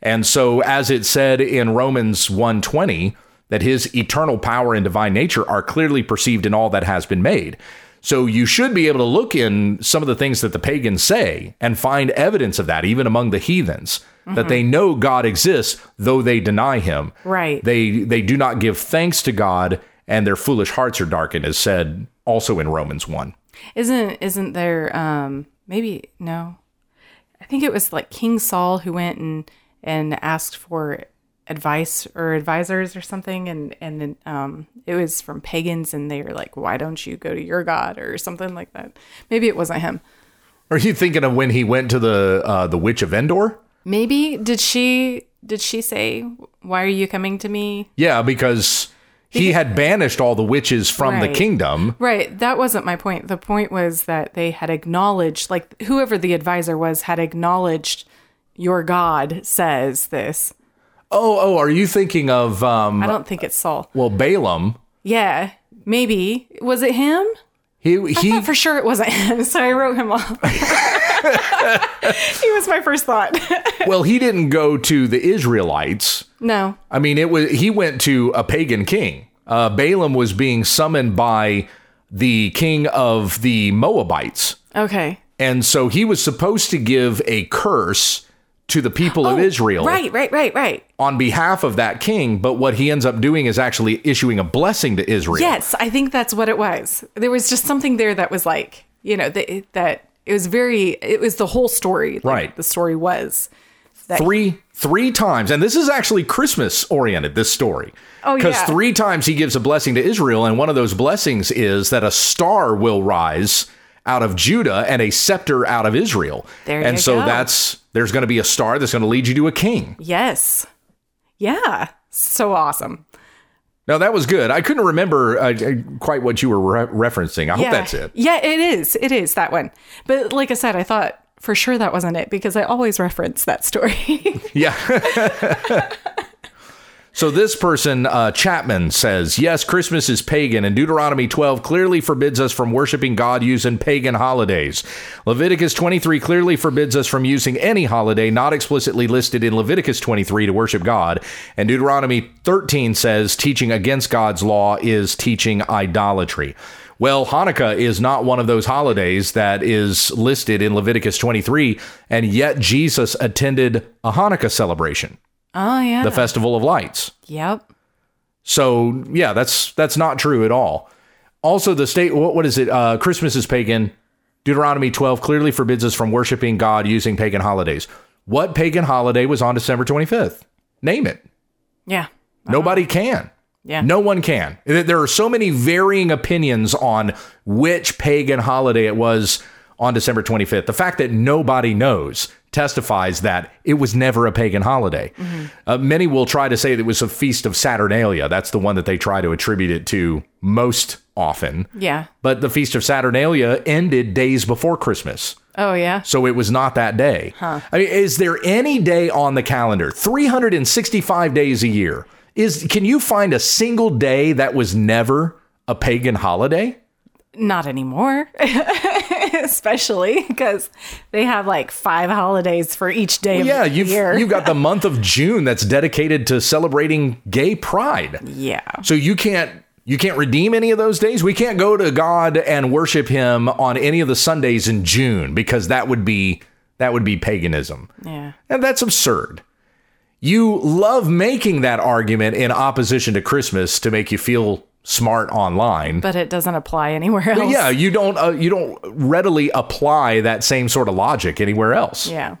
[SPEAKER 1] And so as it said in Romans 120 that his eternal power and divine nature are clearly perceived in all that has been made. So you should be able to look in some of the things that the pagans say and find evidence of that even among the heathens that they know God exists though they deny him.
[SPEAKER 2] Right.
[SPEAKER 1] They they do not give thanks to God and their foolish hearts are darkened as said also in Romans 1.
[SPEAKER 2] Isn't isn't there um maybe no. I think it was like King Saul who went and and asked for advice or advisors or something and and then um it was from pagans and they were like why don't you go to your god or something like that. Maybe it wasn't him.
[SPEAKER 1] Are you thinking of when he went to the uh, the witch of Endor?
[SPEAKER 2] Maybe did she did she say why are you coming to me?
[SPEAKER 1] Yeah, because he had banished all the witches from the
[SPEAKER 2] Right.
[SPEAKER 1] kingdom.
[SPEAKER 2] Right, that wasn't my point. The point was that they had acknowledged like whoever the advisor was had acknowledged your god says this.
[SPEAKER 1] Oh, oh, are you thinking of
[SPEAKER 2] I
[SPEAKER 1] um
[SPEAKER 2] don't think it's Saul.
[SPEAKER 1] well Balaam?
[SPEAKER 2] Yeah, maybe. Was it him?
[SPEAKER 1] He he
[SPEAKER 2] But for sure it wasn't him, so I wrote him off. he was my first thought.
[SPEAKER 1] well he didn't go to the Israelites.
[SPEAKER 2] no.
[SPEAKER 1] I mean, it was he went to a pagan king. Uh, Balaam was being summoned by the king of the Moabites,
[SPEAKER 2] Okay.
[SPEAKER 1] and so he was supposed to give a curse to the people of Israel
[SPEAKER 2] Oh, Right, right, right, right.
[SPEAKER 1] on behalf of that king. But what he ends up doing is actually issuing a blessing to Israel.
[SPEAKER 2] Yes, I think that's what it was. There was just something there that was like, you know, that, that it was very, it was the whole story. like
[SPEAKER 1] Right.
[SPEAKER 2] The story was.
[SPEAKER 1] three three times and this is actually christmas oriented this story
[SPEAKER 2] Oh,
[SPEAKER 1] because
[SPEAKER 2] yeah.
[SPEAKER 1] three times he gives a blessing to israel and one of those blessings is that a star will rise out of judah and a scepter out of israel
[SPEAKER 2] There
[SPEAKER 1] and
[SPEAKER 2] you
[SPEAKER 1] so
[SPEAKER 2] go.
[SPEAKER 1] that's there's going to be a star that's going to lead you to a king
[SPEAKER 2] Yes. Yeah. So awesome.
[SPEAKER 1] now that was good i couldn't remember uh, uh, quite what you were re- referencing i hope that's it
[SPEAKER 2] Yeah, it is. It is that one. But like I said, I thought for sure that wasn't it because I always reference that story.
[SPEAKER 1] Yeah. so this person, uh, Chapman, says Yes, Christmas is pagan, and Deuteronomy 12 clearly forbids us from worshiping God using pagan holidays. Leviticus 23 clearly forbids us from using any holiday not explicitly listed in Leviticus 23 to worship God. And Deuteronomy 13 says teaching against God's law is teaching idolatry. Well, Hanukkah is not one of those holidays that is listed in Leviticus 23, and yet Jesus attended a Hanukkah celebration,
[SPEAKER 2] oh yeah.
[SPEAKER 1] the Festival of Lights.
[SPEAKER 2] yep.
[SPEAKER 1] So, yeah, that's that's not true at all. Also, the state what, what is it? Uh, Christmas is pagan. Deuteronomy 12 clearly forbids us from worshiping God using pagan holidays. What pagan holiday was on December 25th? Name it.
[SPEAKER 2] Yeah.
[SPEAKER 1] Nobody can.
[SPEAKER 2] Yeah.
[SPEAKER 1] No one can. Th- There are so many varying opinions on which pagan holiday it was on December 25th. The fact that nobody knows testifies that it was never a pagan holiday. Uh, many will try to say that it was a feast of Saturnalia. That's the one that they try to attribute it to most often.
[SPEAKER 2] Yeah.
[SPEAKER 1] But the feast of Saturnalia ended days before Christmas.
[SPEAKER 2] Oh yeah.
[SPEAKER 1] So it was not that day. I mean, is there any day on the calendar, 365 days a year? Is can you find a single day that was never a pagan holiday?
[SPEAKER 2] Not anymore. Especially because they have like five holidays for each day of
[SPEAKER 1] Yeah,
[SPEAKER 2] the
[SPEAKER 1] you've
[SPEAKER 2] year.
[SPEAKER 1] you've got the month of June that's dedicated to celebrating gay pride.
[SPEAKER 2] yeah.
[SPEAKER 1] So you can't you can't redeem any of those days. We can't go to God and worship him on any of the Sundays in June because that would be that would be paganism.
[SPEAKER 2] Yeah.
[SPEAKER 1] And that's absurd. You love making that argument in opposition to Christmas to make you feel smart online.
[SPEAKER 2] But it doesn't apply anywhere else.
[SPEAKER 1] yeah, you don't uh, you don't readily apply that same sort of logic anywhere else.
[SPEAKER 2] Yeah.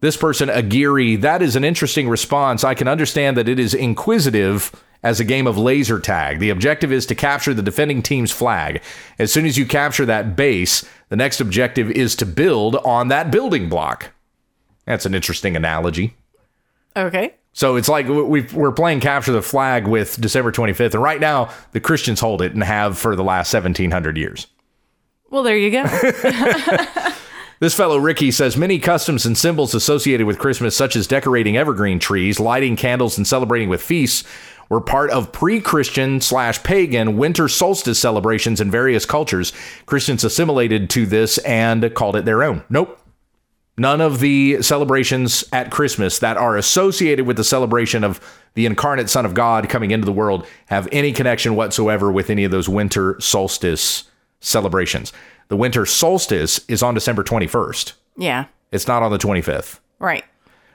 [SPEAKER 1] This person Aguirre, that is an interesting response. I can understand that it is inquisitive as a game of laser tag. The objective is to capture the defending team's flag. As soon as you capture that base, the next objective is to build on that building block. That's an interesting analogy.
[SPEAKER 2] Okay.
[SPEAKER 1] So it's like we- we- we're playing Capture the Flag with December 25th, and right now the Christians hold it and have for the last 1700 years.
[SPEAKER 2] Well, there you go.
[SPEAKER 1] This fellow Ricky says many customs and symbols associated with Christmas, such as decorating evergreen trees, lighting candles, and celebrating with feasts, were part of pre-Christian slash pagan winter solstice celebrations in various cultures. Christians assimilated to this and called it their own. Nope. None of the celebrations at Christmas that are associated with the celebration of the incarnate Son of God coming into the world have any connection whatsoever with any of those winter solstice celebrations. The winter solstice is on December 21st,
[SPEAKER 2] Yeah.
[SPEAKER 1] it's not on the 25th.
[SPEAKER 2] Right.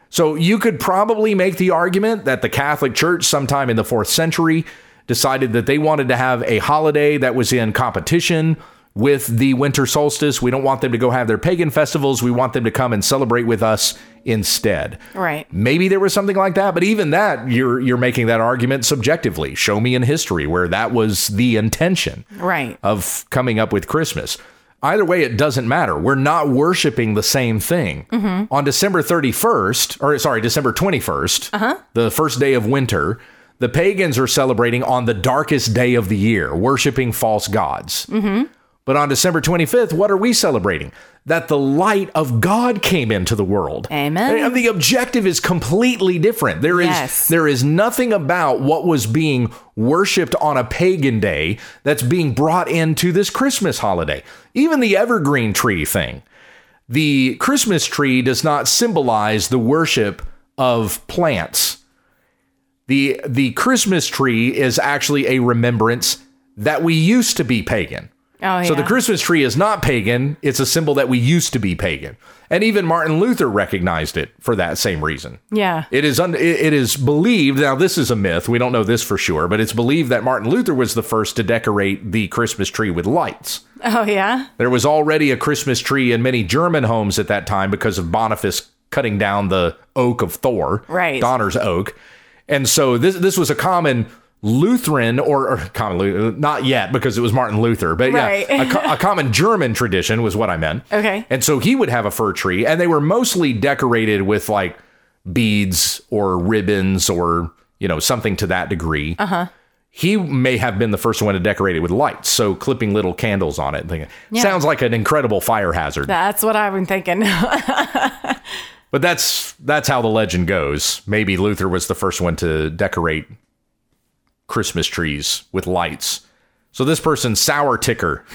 [SPEAKER 1] So you could probably make the argument that the Catholic Church, sometime in the fourth century, decided that they wanted to have a holiday that was in competition with the winter solstice. We don't want them to go have their pagan festivals. We want them to come and celebrate with us instead.
[SPEAKER 2] Right.
[SPEAKER 1] Maybe there was something like that, but even that, you're you're making that argument subjectively. Show me in history where that was the intention
[SPEAKER 2] Right.
[SPEAKER 1] of coming up with Christmas. Either way, it doesn't matter. We're not worshiping the same thing. On December 31st, or sorry, December 21st, the first day of winter, the pagans are celebrating on the darkest day of the year, worshiping false gods. But on December 25th, what are we celebrating? That the light of God came into the world.
[SPEAKER 2] Amen.
[SPEAKER 1] And the objective is completely different. There is
[SPEAKER 2] Yes.
[SPEAKER 1] there is nothing about what was being worshipped on a pagan day that's being brought into this Christmas holiday. Even the evergreen tree thing. The Christmas tree does not symbolize the worship of plants. The the Christmas tree is actually a remembrance that we used to be pagan.
[SPEAKER 2] Oh, yeah.
[SPEAKER 1] uh, So the Christmas tree is not pagan. It's a symbol that we used to be pagan. And even Martin Luther recognized it for that same reason.
[SPEAKER 2] yeah.
[SPEAKER 1] It is un- it- it is believed now this is a myth. We don't know this for sure, but it's believed that Martin Luther was the first to decorate the Christmas tree with lights.
[SPEAKER 2] Oh, yeah.
[SPEAKER 1] There was already a Christmas tree in many German homes at that time because of Boniface cutting down the oak of Thor,
[SPEAKER 2] Right.
[SPEAKER 1] Donner's oak, and so this this was a common Lutheran or, or common Lu- not yet because it was Martin Luther, but
[SPEAKER 2] Right.
[SPEAKER 1] yeah, a, co- a common German tradition was what I meant.
[SPEAKER 2] Okay.
[SPEAKER 1] and so he would have a fir tree, and they were mostly decorated with like beads or ribbons or you know something to that degree he may have been the first one to decorate it with lights, so clipping little candles on it. and Thinking, Sounds like an incredible fire hazard,
[SPEAKER 2] That's what I've been thinking.
[SPEAKER 1] but that's that's how the legend goes. Maybe Luther was the first one to decorate Christmas trees with lights. So this person, sour ticker,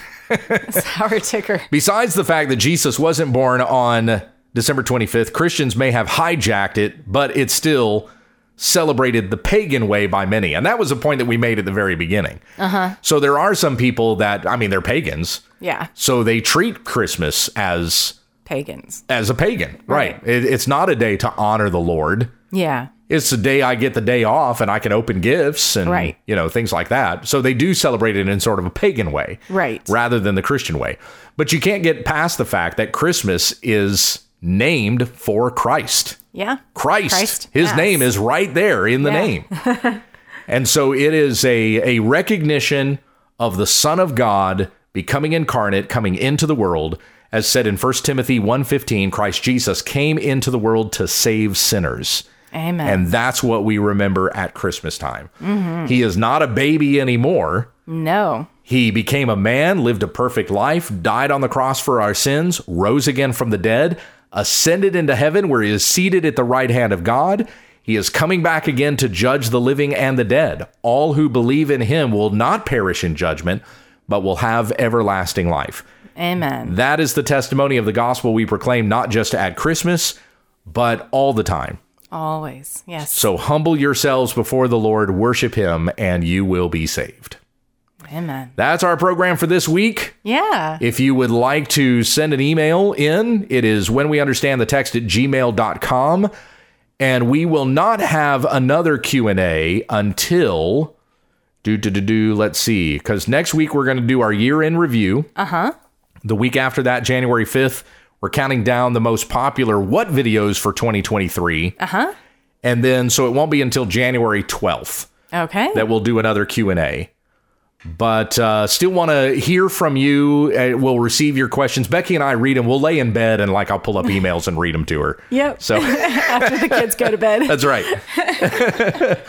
[SPEAKER 2] Sour ticker.
[SPEAKER 1] Besides the fact that Jesus wasn't born on December 25th, Christians may have hijacked it, but it's still celebrated the pagan way by many. And that was a point that we made at the very beginning. Uh-huh. So there are some people that, I mean, they're pagans.
[SPEAKER 2] Yeah.
[SPEAKER 1] So they treat Christmas as
[SPEAKER 2] Pagans.
[SPEAKER 1] as a pagan, right? It, it's not a day to honor the Lord.
[SPEAKER 2] Yeah.
[SPEAKER 1] It's the day I get the day off and I can open gifts and
[SPEAKER 2] Right.
[SPEAKER 1] you know things like that. So they do celebrate it in sort of a pagan way
[SPEAKER 2] Right.
[SPEAKER 1] rather than the Christian way. But you can't get past the fact that Christmas is named for Christ.
[SPEAKER 2] Yeah.
[SPEAKER 1] Christ,
[SPEAKER 2] Christ,
[SPEAKER 1] his
[SPEAKER 2] yes.
[SPEAKER 1] name is right there in the
[SPEAKER 2] Yeah.
[SPEAKER 1] name. and so it is a, a recognition of the Son of God becoming incarnate, coming into the world. As said in 1 Timothy 1:15, Christ Jesus came into the world to save sinners.
[SPEAKER 2] Amen.
[SPEAKER 1] And that's what we remember at Christmas time. He is not a baby anymore.
[SPEAKER 2] no.
[SPEAKER 1] He became a man, lived a perfect life, died on the cross for our sins, rose again from the dead, ascended into heaven where he is seated at the right hand of God. He is coming back again to judge the living and the dead. All who believe in him will not perish in judgment, but will have everlasting life.
[SPEAKER 2] Amen.
[SPEAKER 1] That is the testimony of the gospel we proclaim not just at Christmas, but all the time.
[SPEAKER 2] Always. Yes.
[SPEAKER 1] So humble yourselves before the Lord, worship him, and you will be saved.
[SPEAKER 2] Amen.
[SPEAKER 1] That's our program for this week.
[SPEAKER 2] Yeah.
[SPEAKER 1] If you would like to send an email in, it is when we understand the text at gmail.com. And we will not have another Q&A until do do do do let's see cuz next week we're going to do our year in review. Uh-huh. The week after that January 5th, we're counting down the most popular what videos for 2023. Uh-huh. And then so it won't be until January 12th
[SPEAKER 2] Okay.
[SPEAKER 1] that we'll do another q&a but uh, still want to hear from you uh, we'll receive your questions becky and i read them we'll lay in bed and like i'll pull up emails and read them to her
[SPEAKER 2] Yep.
[SPEAKER 1] so
[SPEAKER 2] After the kids go to bed.
[SPEAKER 1] that's right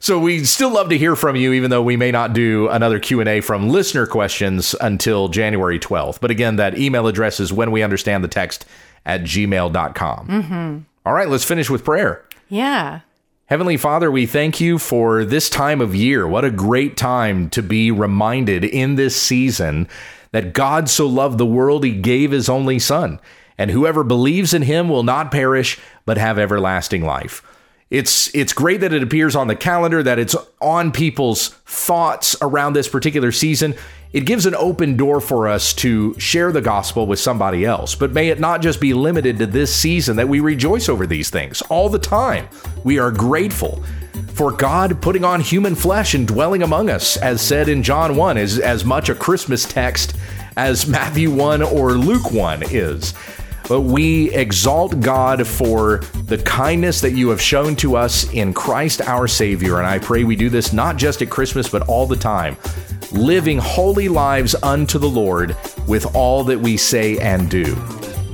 [SPEAKER 1] so we still love to hear from you even though we may not do another q&a from listener questions until january 12th but again that email address is when we understand the text at gmail.com mm-hmm. all right let's finish with prayer
[SPEAKER 2] Yeah.
[SPEAKER 1] Heavenly Father, we thank you for this time of year. What a great time to be reminded in this season that God so loved the world, he gave his only Son. And whoever believes in him will not perish, but have everlasting life. It's, it's great that it appears on the calendar, that it's on people's thoughts around this particular season. It gives an open door for us to share the gospel with somebody else. But may it not just be limited to this season that we rejoice over these things all the time. We are grateful for God putting on human flesh and dwelling among us, as said in John 1, is as much a Christmas text as Matthew 1 or Luke 1 is. But we exalt God for the kindness that you have shown to us in Christ our Savior. And I pray we do this not just at Christmas, but all the time, living holy lives unto the Lord with all that we say and do.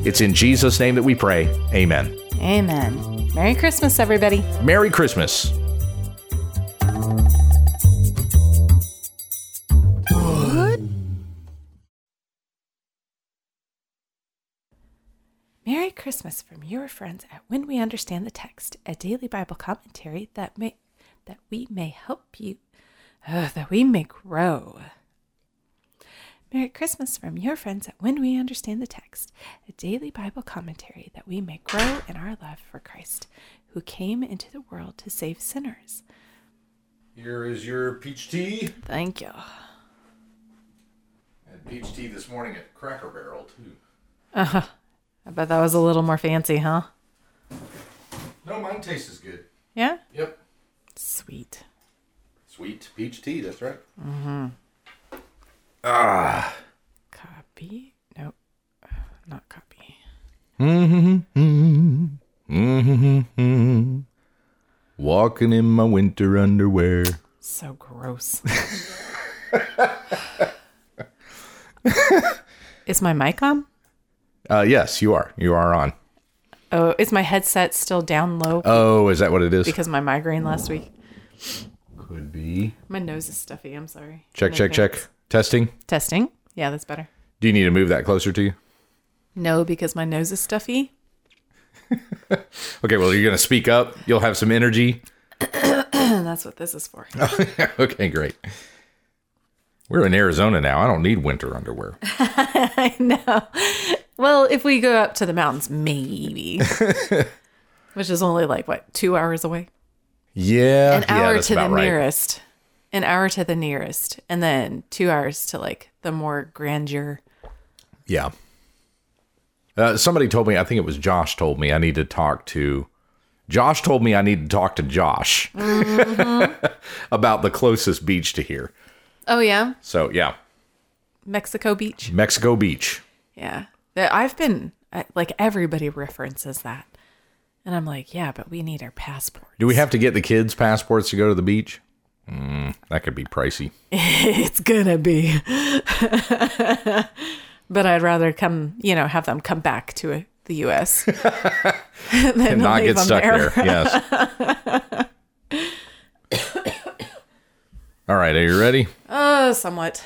[SPEAKER 1] It's in Jesus' name that we pray. Amen.
[SPEAKER 2] Amen. Merry Christmas, everybody.
[SPEAKER 1] Merry Christmas.
[SPEAKER 2] Merry Christmas from your friends at When We Understand the Text, a daily Bible commentary that may that we may help you uh, that we may grow. Merry Christmas from your friends at When We Understand the Text, a daily Bible commentary that we may grow in our love for Christ, who came into the world to save sinners.
[SPEAKER 1] Here is your peach tea.
[SPEAKER 2] Thank you.
[SPEAKER 1] Had peach tea this morning at Cracker Barrel, too.
[SPEAKER 2] Uh-huh. I bet that was a little more fancy, huh?
[SPEAKER 1] No, mine tastes as good.
[SPEAKER 2] Yeah?
[SPEAKER 1] Yep.
[SPEAKER 2] Sweet.
[SPEAKER 1] Sweet peach tea, that's right. Ah.
[SPEAKER 2] Copy? Nope. Not copy.
[SPEAKER 1] Mm-hmm. Walking in my winter underwear.
[SPEAKER 2] So gross. is my mic on?
[SPEAKER 1] Uh, yes, you are. You are on.
[SPEAKER 2] Oh, is my headset still down low
[SPEAKER 1] Oh, is that what it is?
[SPEAKER 2] because my migraine last week?
[SPEAKER 1] Could be.
[SPEAKER 2] My nose is stuffy. I'm sorry.
[SPEAKER 1] Check,
[SPEAKER 2] No
[SPEAKER 1] check,
[SPEAKER 2] thanks.
[SPEAKER 1] check. Testing.
[SPEAKER 2] Testing. Yeah, that's better.
[SPEAKER 1] Do you need to move that closer to you?
[SPEAKER 2] No, because my nose is stuffy.
[SPEAKER 1] Okay, well, you're going to speak up. You'll have some energy.
[SPEAKER 2] And that's what this is for.
[SPEAKER 1] okay, great. We're in Arizona now. I don't need winter underwear.
[SPEAKER 2] I know. Well, if we go up to the mountains, maybe. Which is only like, what, two hours away?
[SPEAKER 1] Uh, Yeah.
[SPEAKER 2] An hour to the nearest. An hour to the nearest. And then two hours to like the more grandeur.
[SPEAKER 1] Yeah. Uh, somebody told me, I think it was Josh told me I need to talk to Josh told me I need to talk to Josh about the closest beach to here.
[SPEAKER 2] Oh, yeah.
[SPEAKER 1] So, yeah,
[SPEAKER 2] Mexico Beach.
[SPEAKER 1] Mexico Beach.
[SPEAKER 2] Yeah. That- I've been, I- like, everybody references that. And I'm like, yeah, but we need our passport.
[SPEAKER 1] Do we have to get the kids' passports to go to the beach? Mm, that could be pricey.
[SPEAKER 2] it's gonna be. but I'd rather come, you know, have them come back to uh, the U.S. than
[SPEAKER 1] And not get
[SPEAKER 2] leave them
[SPEAKER 1] stuck there. Yes. All right, are you ready?
[SPEAKER 2] Oh, Uh, somewhat.